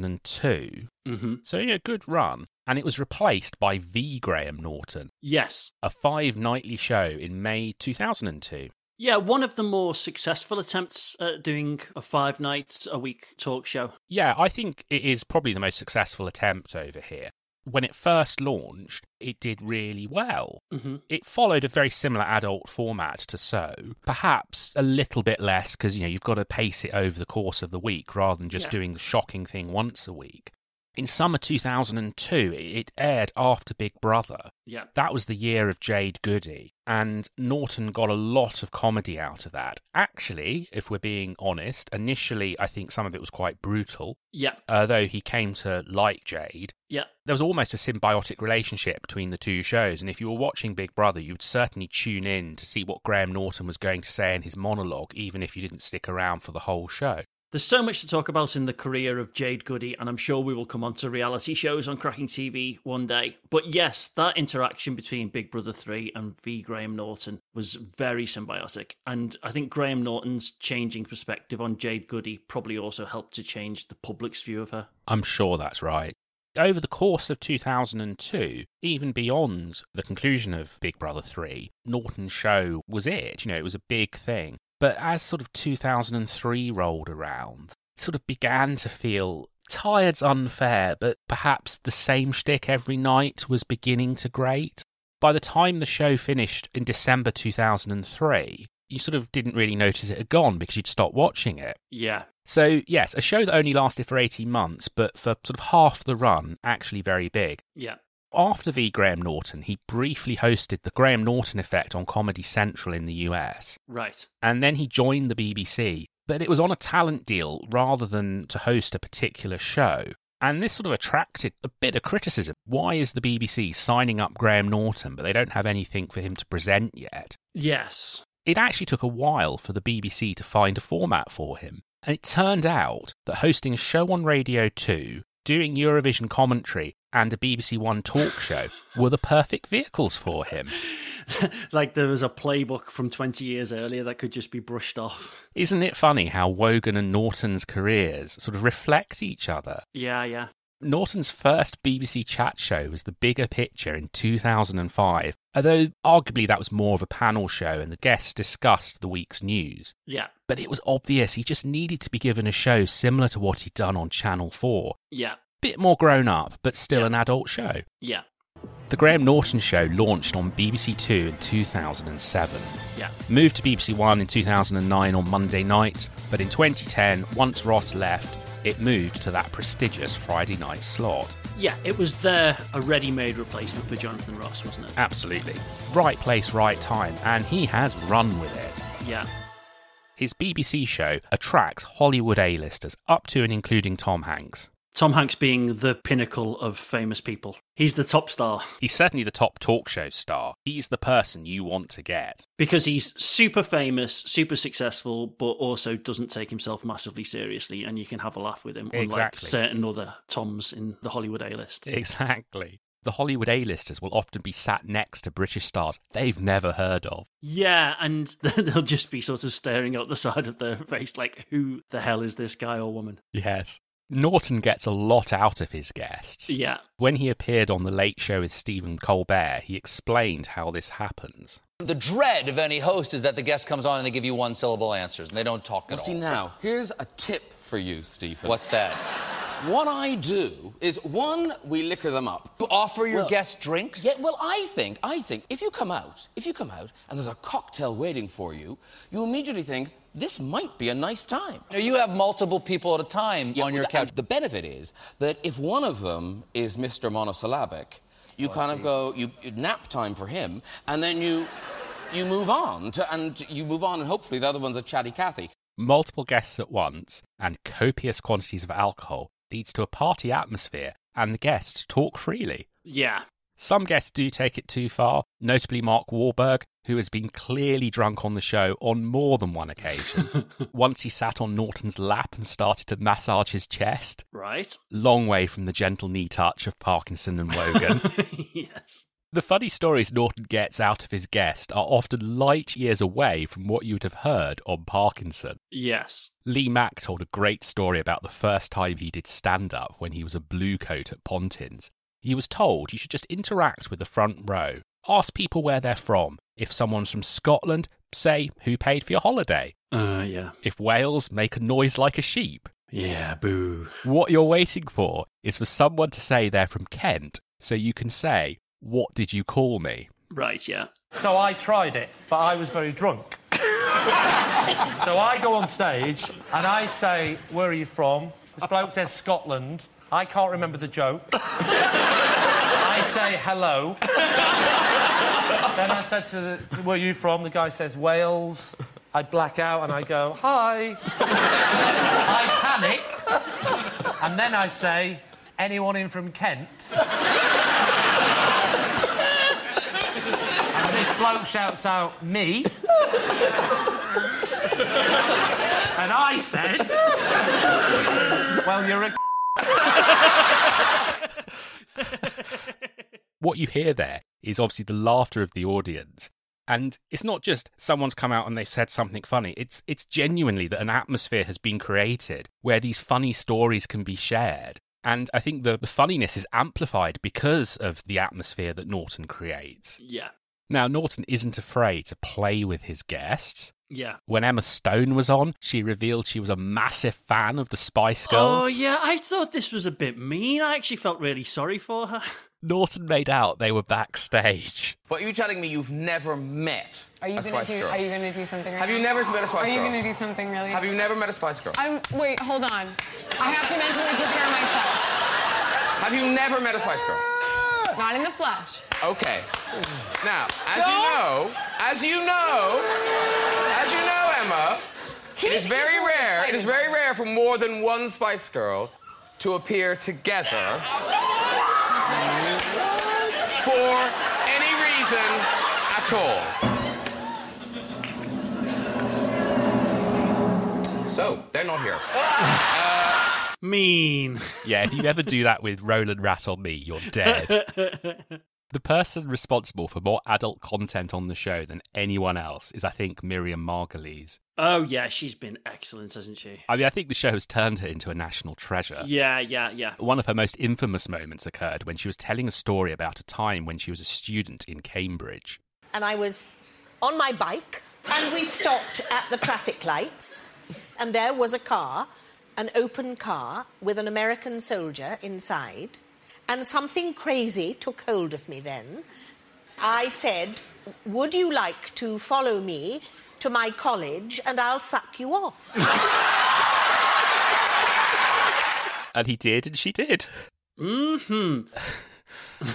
Speaker 1: 2002.
Speaker 2: Mm-hmm.
Speaker 1: So, yeah, good run. And it was replaced by V. Graham Norton,
Speaker 2: Yes.
Speaker 1: a five nightly show in May 2002.
Speaker 2: Yeah, one of the more successful attempts at doing a five nights a week talk show.
Speaker 1: Yeah, I think it is probably the most successful attempt over here. When it first launched, it did really well.
Speaker 2: Mm-hmm.
Speaker 1: It followed a very similar adult format to So, perhaps a little bit less because you know you've got to pace it over the course of the week rather than just
Speaker 2: Yeah.
Speaker 1: doing the shocking thing once a week. In summer 2002, it aired after Big Brother.
Speaker 2: Yeah.
Speaker 1: That was the year of Jade Goody, and Norton got a lot of comedy out of that. Actually, if we're being honest, initially I think some of it was quite brutal.
Speaker 2: Yeah.
Speaker 1: Although uh, he came to like Jade.
Speaker 2: Yeah.
Speaker 1: There was almost a symbiotic relationship between the two shows, and if you were watching Big Brother, you would certainly tune in to see what Graham Norton was going to say in his monologue, even if you didn't stick around for the whole show.
Speaker 2: There's so much to talk about in the career of Jade Goody, and I'm sure we will come on to reality shows on Cracking TV one day. But yes, that interaction between Big Brother 3 and V. Graham Norton was very symbiotic. And I think Graham Norton's changing perspective on Jade Goody probably also helped to change the public's view of her.
Speaker 1: I'm sure that's right. Over the course of 2002, even beyond the conclusion of Big Brother 3, Norton's show was it. You know, it was a big thing. But as sort of 2003 rolled around, it sort of began to feel tired's unfair, but perhaps the same shtick every night was beginning to grate. By the time the show finished in December 2003, you sort of didn't really notice it had gone because you'd stopped watching it.
Speaker 2: Yeah.
Speaker 1: So, yes, a show that only lasted for 18 months, but for sort of half the run, actually very big.
Speaker 2: Yeah.
Speaker 1: After V. Graham Norton, he briefly hosted The Graham Norton Effect on Comedy Central in the US.
Speaker 2: Right.
Speaker 1: And then he joined the BBC, but it was on a talent deal rather than to host a particular show. And this sort of attracted a bit of criticism. Why is the BBC signing up Graham Norton, but they don't have anything for him to present yet?
Speaker 2: Yes.
Speaker 1: It actually took a while for the BBC to find a format for him. And it turned out that hosting a show on Radio 2, doing Eurovision commentary, and a BBC One talk show were the perfect vehicles for him.
Speaker 2: like there was a playbook from 20 years earlier that could just be brushed off.
Speaker 1: Isn't it funny how Wogan and Norton's careers sort of reflect each other?
Speaker 2: Yeah, yeah.
Speaker 1: Norton's first BBC chat show was The Bigger Picture in 2005, although arguably that was more of a panel show and the guests discussed the week's news.
Speaker 2: Yeah.
Speaker 1: But it was obvious he just needed to be given a show similar to what he'd done on Channel 4.
Speaker 2: Yeah.
Speaker 1: Bit more grown up, but still an adult show.
Speaker 2: Yeah.
Speaker 1: The Graham Norton Show launched on BBC Two in 2007.
Speaker 2: Yeah.
Speaker 1: Moved to BBC One in 2009 on Monday nights, but in 2010, once Ross left, it moved to that prestigious Friday night slot.
Speaker 2: Yeah, it was there a ready made replacement for Jonathan Ross, wasn't it?
Speaker 1: Absolutely. Right place, right time, and he has run with it.
Speaker 2: Yeah.
Speaker 1: His BBC show attracts Hollywood A-listers up to and including Tom Hanks.
Speaker 2: Tom Hanks being the pinnacle of famous people. He's the top star
Speaker 1: He's certainly the top talk show star. He's the person you want to get.
Speaker 2: because he's super famous, super successful, but also doesn't take himself massively seriously, and you can have a laugh with him, unlike
Speaker 1: Exactly.
Speaker 2: certain other Toms in the Hollywood A list.
Speaker 1: Exactly. The Hollywood A-listers will often be sat next to British stars they've never heard of.
Speaker 2: Yeah, and they'll just be sort of staring out the side of their face, like, who the hell is this guy or woman?
Speaker 1: Yes. Norton gets a lot out of his guests.
Speaker 2: Yeah.
Speaker 1: When he appeared on The Late Show with Stephen Colbert, he explained how this happens.
Speaker 18: The dread of any host is that the guest comes on and they give you one syllable answers and they don't talk at all.
Speaker 19: see, now, here's a tip for you, Stephen.
Speaker 18: What's that?
Speaker 19: What I do is one, we liquor them up.
Speaker 18: You offer your
Speaker 19: Well-
Speaker 18: guests drinks?
Speaker 19: Yeah, well, I think, I think if you come out, if you come out and there's a cocktail waiting for you, you immediately think, this might be a nice time.
Speaker 18: No, you have multiple people at a time on your couch.
Speaker 19: The benefit is that if one of them is Mr. Monosyllabic, you
Speaker 18: Oh, I
Speaker 19: kind of
Speaker 18: see.
Speaker 19: go, you, you nap time for him, and then you, you move on, to, and you move on, and hopefully the other one's a chatty Cathy.
Speaker 1: Multiple guests at once and copious quantities of alcohol leads to a party atmosphere and the guests talk freely.
Speaker 2: Yeah.
Speaker 1: Some guests do take it too far, notably Mark Wahlberg, who has been clearly drunk on the show on more than one occasion. Once he sat on Norton's lap and started to massage his chest.
Speaker 2: Right?
Speaker 1: Long way from the gentle knee touch of Parkinson and Wogan.
Speaker 2: yes.
Speaker 1: The funny stories Norton gets out of his guest are often light years away from what you would have heard on Parkinson.
Speaker 2: Yes.
Speaker 1: Lee Mack told a great story about the first time he did stand up when he was a blue coat at Pontins. He was told you should just interact with the front row, ask people where they're from. If someone's from Scotland, say who paid for your holiday.
Speaker 2: Uh, yeah.
Speaker 1: If Wales, make a noise like a sheep.
Speaker 2: Yeah, boo.
Speaker 1: What you're waiting for is for someone to say they're from Kent, so you can say, What did you call me?
Speaker 2: Right, yeah.
Speaker 20: So I tried it, but I was very drunk. so I go on stage and I say, Where are you from? This bloke says Scotland. I can't remember the joke. I say hello. then I said to the, to where are you from? The guy says Wales. I black out and I go, hi. I panic. And then I say, anyone in from Kent? and this bloke shouts out, me. and I said, well, you're a.
Speaker 1: what you hear there is obviously the laughter of the audience. And it's not just someone's come out and they've said something funny. It's it's genuinely that an atmosphere has been created where these funny stories can be shared. And I think the, the funniness is amplified because of the atmosphere that Norton creates.
Speaker 2: Yeah.
Speaker 1: Now, Norton isn't afraid to play with his guests.
Speaker 2: Yeah.
Speaker 1: When Emma Stone was on, she revealed she was a massive fan of the Spice Girls.
Speaker 2: Oh, yeah, I thought this was a bit mean. I actually felt really sorry for her.
Speaker 1: Norton made out they were backstage.
Speaker 19: But you're telling me you've never met
Speaker 9: Are you
Speaker 19: a
Speaker 9: gonna
Speaker 19: Spice
Speaker 9: do?
Speaker 19: Girl?
Speaker 9: Are you gonna do something? Right
Speaker 19: Have you
Speaker 9: now?
Speaker 19: never met a Spice
Speaker 9: Are you
Speaker 19: Girl?
Speaker 9: gonna do something really?
Speaker 19: Have you never met a Spice Girl?
Speaker 9: I'm. Um, Wait, hold on. I have to mentally prepare myself.
Speaker 19: Have you never met a Spice Girl?
Speaker 9: Not in the flesh.
Speaker 19: Okay. Now, as
Speaker 9: Don't.
Speaker 19: you know, as you know, as you know, Emma, it is very
Speaker 9: equally
Speaker 19: rare. It
Speaker 9: excited
Speaker 19: is very
Speaker 9: about
Speaker 19: rare for more than one Spice Girl to appear together for any reason at all. So they're not here.
Speaker 2: mean.
Speaker 1: Yeah, if you ever do that with Roland Rat on me, you're dead. the person responsible for more adult content on the show than anyone else is, I think, Miriam Margolyes.
Speaker 2: Oh, yeah, she's been excellent, hasn't she?
Speaker 1: I mean, I think the show has turned her into a national treasure.
Speaker 2: Yeah, yeah, yeah.
Speaker 1: One of her most infamous moments occurred when she was telling a story about a time when she was a student in Cambridge.
Speaker 21: and I was on my bike, and we stopped at the traffic lights, and there was a car, an open car with an American soldier inside, and something crazy took hold of me then. I said, Would you like to follow me to my college, and I'll suck you off?
Speaker 1: And he did, and she did.
Speaker 2: Mm hmm.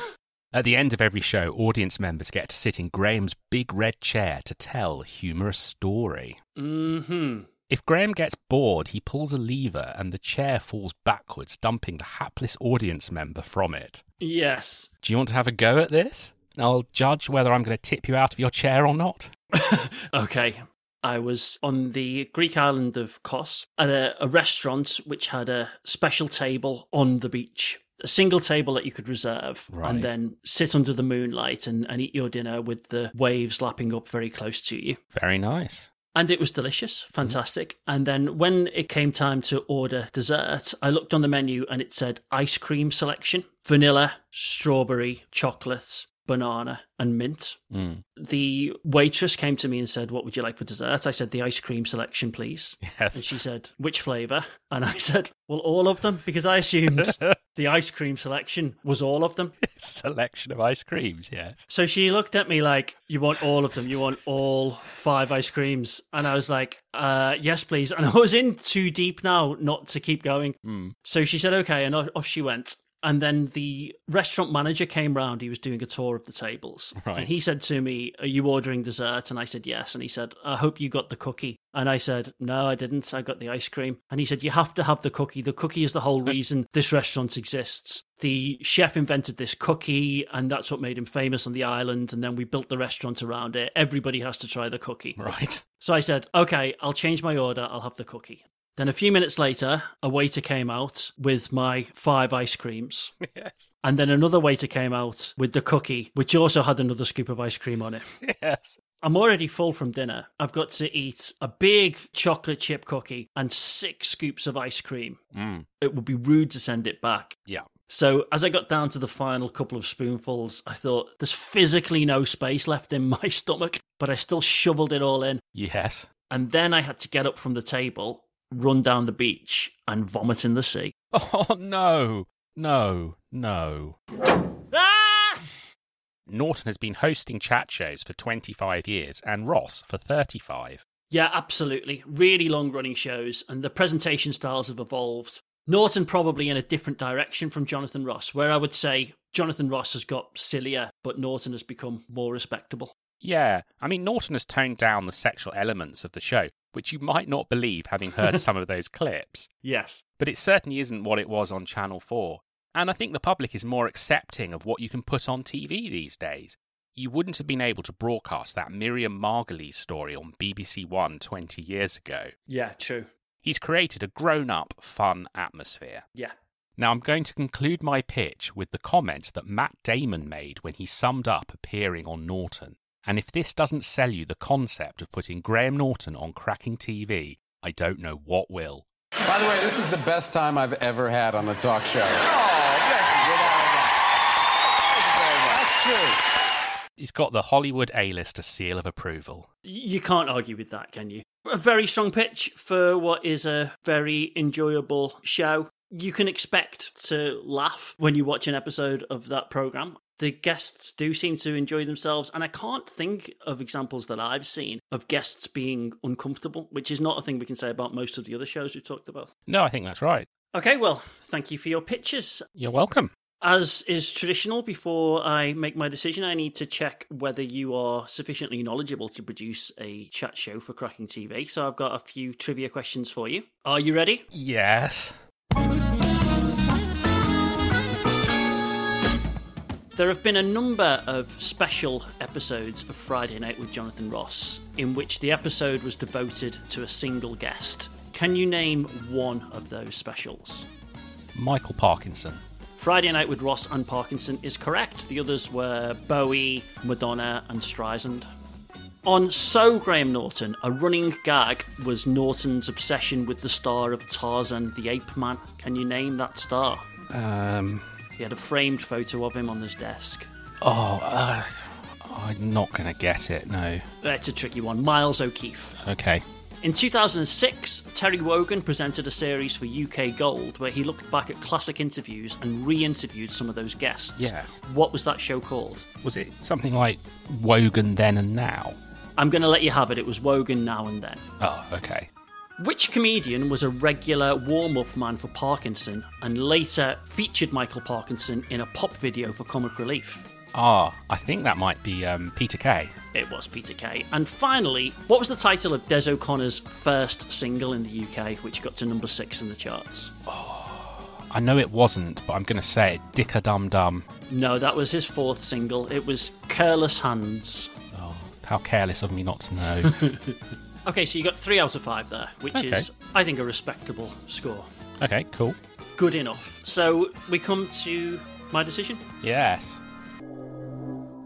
Speaker 1: At the end of every show, audience members get to sit in Graham's big red chair to tell a humorous story.
Speaker 2: Mm hmm.
Speaker 1: If Graham gets bored, he pulls a lever and the chair falls backwards, dumping the hapless audience member from it.
Speaker 2: Yes.
Speaker 1: Do you want to have a go at this? I'll judge whether I'm going to tip you out of your chair or not.
Speaker 2: Okay. I was on the Greek island of Kos at a, a restaurant which had a special table on the beach. A single table that you could reserve
Speaker 1: Right.
Speaker 2: and then sit under the moonlight and, and eat your dinner with the waves lapping up very close to you.
Speaker 1: Very nice.
Speaker 2: And it was delicious,
Speaker 1: Mm-hmm.
Speaker 2: fantastic. And then when it came time to order dessert, I looked on the menu and it said ice cream selection vanilla, strawberry, chocolate, banana, and mint.
Speaker 1: Mm.
Speaker 2: The waitress came to me and said, What would you like for dessert? I said, The ice cream selection, please.
Speaker 1: Yes.
Speaker 2: And she said, Which flavour? And I said, Well, all of them, because I assumed the ice cream selection was all of them.
Speaker 1: Selection of ice creams, yes.
Speaker 2: So she looked at me like, "You want all of them? You want all five ice creams?" And I was like, uh, "Yes, please." And I was in too deep now not to keep going.
Speaker 1: Mm.
Speaker 2: So she said, "Okay," and o- off she went. And then the restaurant manager came round. He was doing a tour of the tables,
Speaker 1: Right.
Speaker 2: and he said to me, "Are you ordering dessert?" And I said, "Yes." And he said, "I hope you got the cookie." And I said, "No, I didn't. I got the ice cream." And he said, "You have to have the cookie. The cookie is the whole reason this restaurant exists. The chef invented this cookie, and that's what made him famous on the island. And then we built the restaurant around it. Everybody has to try the cookie."
Speaker 1: Right.
Speaker 2: So I said, okay, I'll change my order. I'll have the cookie. Then a few minutes later, a waiter came out with my five ice creams.
Speaker 1: Yes.
Speaker 2: And then another waiter came out with the cookie, which also had another scoop of ice cream on it.
Speaker 1: Yes.
Speaker 2: I'm already full from dinner. I've got to eat a big chocolate chip cookie and six scoops of ice cream.
Speaker 1: Mm.
Speaker 2: It would be rude to send it back.
Speaker 1: Yeah.
Speaker 2: So as I got down to the final couple of spoonfuls, I thought there's physically no space left in my stomach, but I still shoveled it all in.
Speaker 1: Yes.
Speaker 2: And then I had to get up from the table, run down the beach, and vomit in the sea.
Speaker 1: Oh, no. No. No.
Speaker 2: Ah!
Speaker 1: Norton has been hosting chat shows for 25 years and Ross for 35.
Speaker 2: Yeah, absolutely. Really long running shows, and the presentation styles have evolved. Norton probably in a different direction from Jonathan Ross, where I would say Jonathan Ross has got sillier, but Norton has become more respectable.
Speaker 1: Yeah, I mean, Norton has toned down the sexual elements of the show, which you might not believe having heard some of those clips.
Speaker 2: Yes.
Speaker 1: But it certainly isn't what it was on Channel 4. And I think the public is more accepting of what you can put on TV these days. You wouldn't have been able to broadcast that Miriam Margolyes story on BBC One 20 years ago.
Speaker 2: Yeah, true.
Speaker 1: He's created a grown up, fun atmosphere.
Speaker 2: Yeah.
Speaker 1: Now, I'm going to conclude my pitch with the comment that Matt Damon made when he summed up appearing on Norton. And if this doesn't sell you the concept of putting Graham Norton on cracking TV, I don't know what will.
Speaker 17: By the way, this is the best time I've ever had on the talk show.
Speaker 1: He's got the Hollywood A-lister seal of approval.
Speaker 2: You can't argue with that, can you? A very strong pitch for what is a very enjoyable show. You can expect to laugh when you watch an episode of that programme. The guests do seem to enjoy themselves, and I can't think of examples that I've seen of guests being uncomfortable, which is not a thing we can say about most of the other shows we've talked about.
Speaker 1: No, I think that's right.
Speaker 2: Okay, well, thank you for your pitches.
Speaker 1: You're welcome.
Speaker 2: As is traditional, before I make my decision, I need to check whether you are sufficiently knowledgeable to produce a chat show for Cracking TV. So I've got a few trivia questions for you. Are you ready?
Speaker 1: Yes.
Speaker 2: There have been a number of special episodes of Friday Night with Jonathan Ross in which the episode was devoted to a single guest. Can you name one of those specials?
Speaker 1: Michael Parkinson.
Speaker 2: Friday Night with Ross and Parkinson is correct. The others were Bowie, Madonna, and Streisand. On So Graham Norton, a running gag was Norton's obsession with the star of Tarzan the Ape Man. Can you name that star?
Speaker 1: Um,
Speaker 2: He had a framed photo of him on his desk.
Speaker 1: oh, uh, I'm not going to get it, no.
Speaker 2: That's a tricky one. Miles O'Keefe.
Speaker 1: Okay.
Speaker 2: In 2006, Terry Wogan presented a series for UK Gold where he looked back at classic interviews and re interviewed some of those guests.
Speaker 1: Yes.
Speaker 2: What was that show called?
Speaker 1: Was it something like Wogan Then and Now?
Speaker 2: I'm going to let you have it. It was Wogan Now and Then.
Speaker 1: Oh, okay.
Speaker 2: Which comedian was a regular warm up man for Parkinson and later featured Michael Parkinson in a pop video for Comic Relief?
Speaker 1: Ah, I think that might be um, Peter Kay.
Speaker 2: It was Peter Kay. And finally, what was the title of Des O'Connor's first single in the UK, which got to number six in the charts?
Speaker 1: I know it wasn't, but I'm going to say it. Dick a Dum Dum.
Speaker 2: No, that was his fourth single. It was Careless Hands.
Speaker 1: Oh, How careless of me not to know.
Speaker 2: Okay, so you got three out of five there, which
Speaker 1: Okay.
Speaker 2: is, I think, a respectable score.
Speaker 1: okay, cool.
Speaker 2: Good enough. So we come to my decision.
Speaker 1: Yes.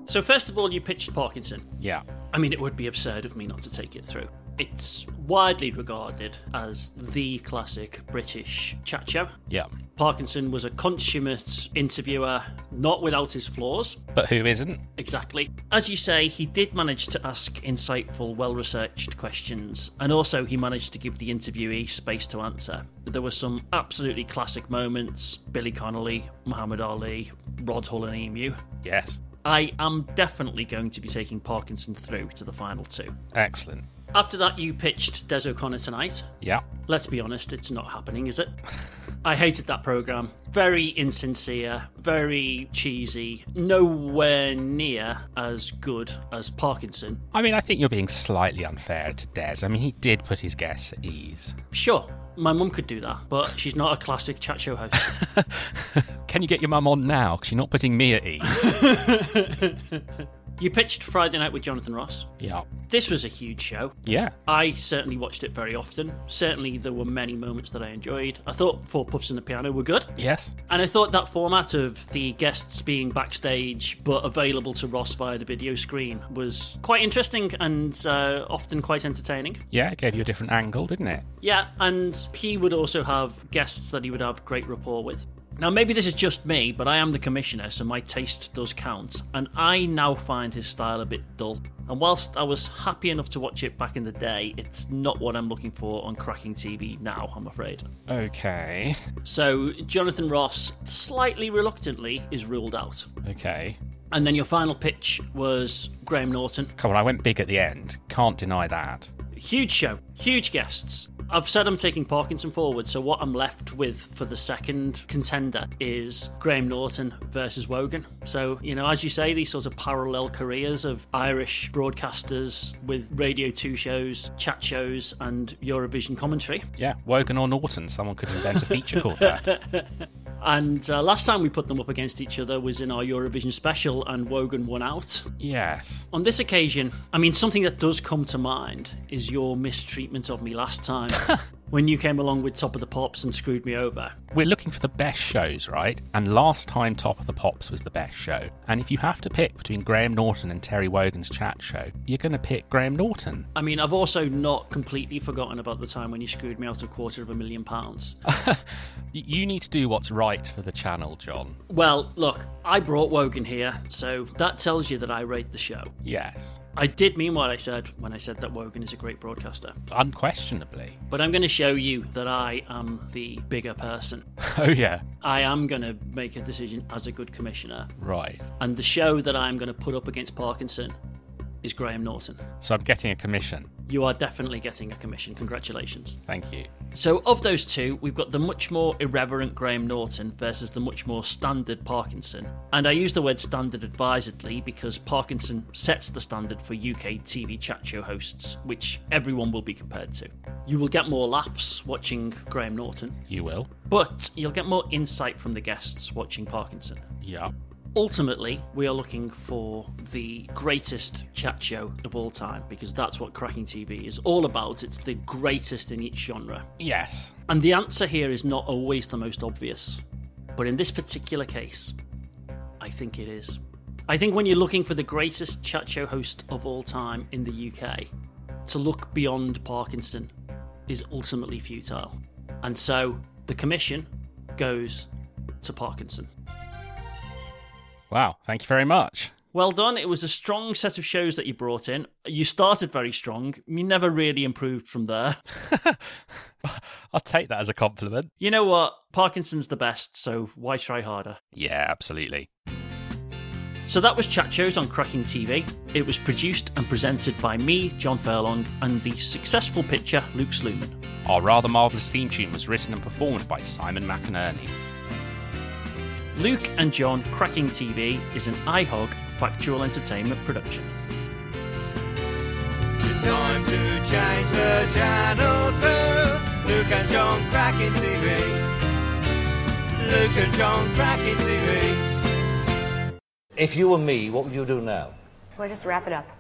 Speaker 2: So, first of all, you pitched Parkinson.
Speaker 1: Yeah.
Speaker 2: I mean, it would be absurd of me not to take it through. It's widely regarded as the classic British chat show.
Speaker 1: Yeah.
Speaker 2: Parkinson was a consummate interviewer, not without his flaws,
Speaker 1: But who isn't?
Speaker 2: Exactly. As you say, he did manage to ask insightful, well researched questions, and also he managed to give the interviewee space to answer. There were some absolutely classic moments Billy Connolly, Muhammad Ali, Rod Hull, and Emu.
Speaker 1: Yes.
Speaker 2: I am definitely going to be taking Parkinson through to the final two.
Speaker 1: Excellent.
Speaker 2: After that, you pitched Des O'Connor tonight.
Speaker 1: Yeah.
Speaker 2: Let's be honest, it's not happening, is it? I hated that program. Very insincere, very cheesy, nowhere near as good as Parkinson.
Speaker 1: I mean, I think you're being slightly unfair to Des. I mean, he did put his guests at ease.
Speaker 2: Sure, my mum could do that, but she's not a classic chat show host.
Speaker 1: Can you get your mum on now? Because you're not putting me at ease.
Speaker 2: you pitched Friday Night with Jonathan Ross.
Speaker 1: yeah.
Speaker 2: This was a huge show.
Speaker 1: Yeah.
Speaker 2: I certainly watched it very often. Certainly, there were many moments that I enjoyed. I thought Four Puffs and the Piano were good.
Speaker 1: Yes.
Speaker 2: And I thought that format of the guests being backstage but available to Ross via the video screen was quite interesting and uh, often quite entertaining.
Speaker 1: Yeah, it gave you a different angle, didn't it?
Speaker 2: Yeah, and he would also have guests that he would have great rapport with. Now, maybe this is just me, but I am the commissioner, so my taste does count, and I now find his style a bit dull. And whilst I was happy enough to watch it back in the day, it's not what I'm looking for on cracking TV now, I'm afraid.
Speaker 1: Okay.
Speaker 2: So, Jonathan Ross, slightly reluctantly, is ruled out.
Speaker 1: Okay.
Speaker 2: And then your final pitch was Graham Norton.
Speaker 1: Come on, I went big at the end. Can't deny that.
Speaker 2: Huge show, huge guests. I've said I'm taking Parkinson forward, so what I'm left with for the second contender is Graham Norton versus Wogan. So, you know, as you say, these sort of parallel careers of Irish broadcasters with Radio 2 shows, chat shows, and Eurovision commentary.
Speaker 1: Yeah, Wogan or Norton, someone could invent a feature called that.
Speaker 2: And uh, last time we put them up against each other was in our Eurovision special, and Wogan won out.
Speaker 1: Yes.
Speaker 2: On this occasion, I mean, something that does come to mind is your mistreatment of me last time when you came along with Top of the Pops and screwed me over.
Speaker 1: We're looking for the best shows, right? And last time Top of the Pops was the best show. And if you have to pick between Graham Norton and Terry Wogan's chat show, you're going to pick Graham Norton.
Speaker 2: I mean, I've also not completely forgotten about the time when you screwed me out of a quarter of a million pounds.
Speaker 1: Y- You need to do what's right for the channel, John.
Speaker 2: Well, look, I brought Wogan here, so that tells you that I rate the show.
Speaker 1: Yes.
Speaker 2: I did mean what I said when I said that Wogan is a great broadcaster.
Speaker 1: Unquestionably.
Speaker 2: But I'm going to show you that I am the bigger person.
Speaker 1: Oh, yeah.
Speaker 2: I am going to make a decision as a good commissioner.
Speaker 1: Right.
Speaker 2: And the show that I'm going to put up against Parkinson is Graham Norton.
Speaker 1: So I'm getting a commission.
Speaker 2: You are definitely getting a commission. Congratulations.
Speaker 1: Thank you.
Speaker 2: So, of those two, we've got the much more irreverent Graham Norton versus the much more standard Parkinson. And I use the word standard advisedly because Parkinson sets the standard for UK TV chat show hosts, which everyone will be compared to. You will get more laughs watching Graham Norton,
Speaker 1: You will.
Speaker 2: but you'll get more insight from the guests watching Parkinson.
Speaker 1: Yeah.
Speaker 2: Ultimately, we are looking for the greatest chat show of all time because that's what Cracking TV is all about. It's the greatest in each genre.
Speaker 1: Yes.
Speaker 2: And the answer here is not always the most obvious. But in this particular case, I think it is. I think when you're looking for the greatest chat show host of all time in the UK, to look beyond Parkinson is ultimately futile. And so the commission goes to Parkinson.
Speaker 1: Wow. Thank you very much.
Speaker 2: Well done. It was a strong set of shows that you brought in. You started very strong. You never really improved from there.
Speaker 1: I'll take that as a compliment.
Speaker 2: You know what? Parkinson's the best, so why try harder?
Speaker 1: Yeah, absolutely.
Speaker 2: So that was Chat Shows on Cracking TV. It was produced and presented by me, John Furlong, and the successful pitcher, Luke Sluman.
Speaker 1: Our rather marvellous theme tune was written and performed by Simon McInerney.
Speaker 2: Luke and John Cracking TV is an iHog factual entertainment production.
Speaker 3: It's time to change the channel to Luke and John Cracking TV. Luke and John Cracking TV.
Speaker 5: If you were me, what would you do now?
Speaker 9: We'll just wrap it up.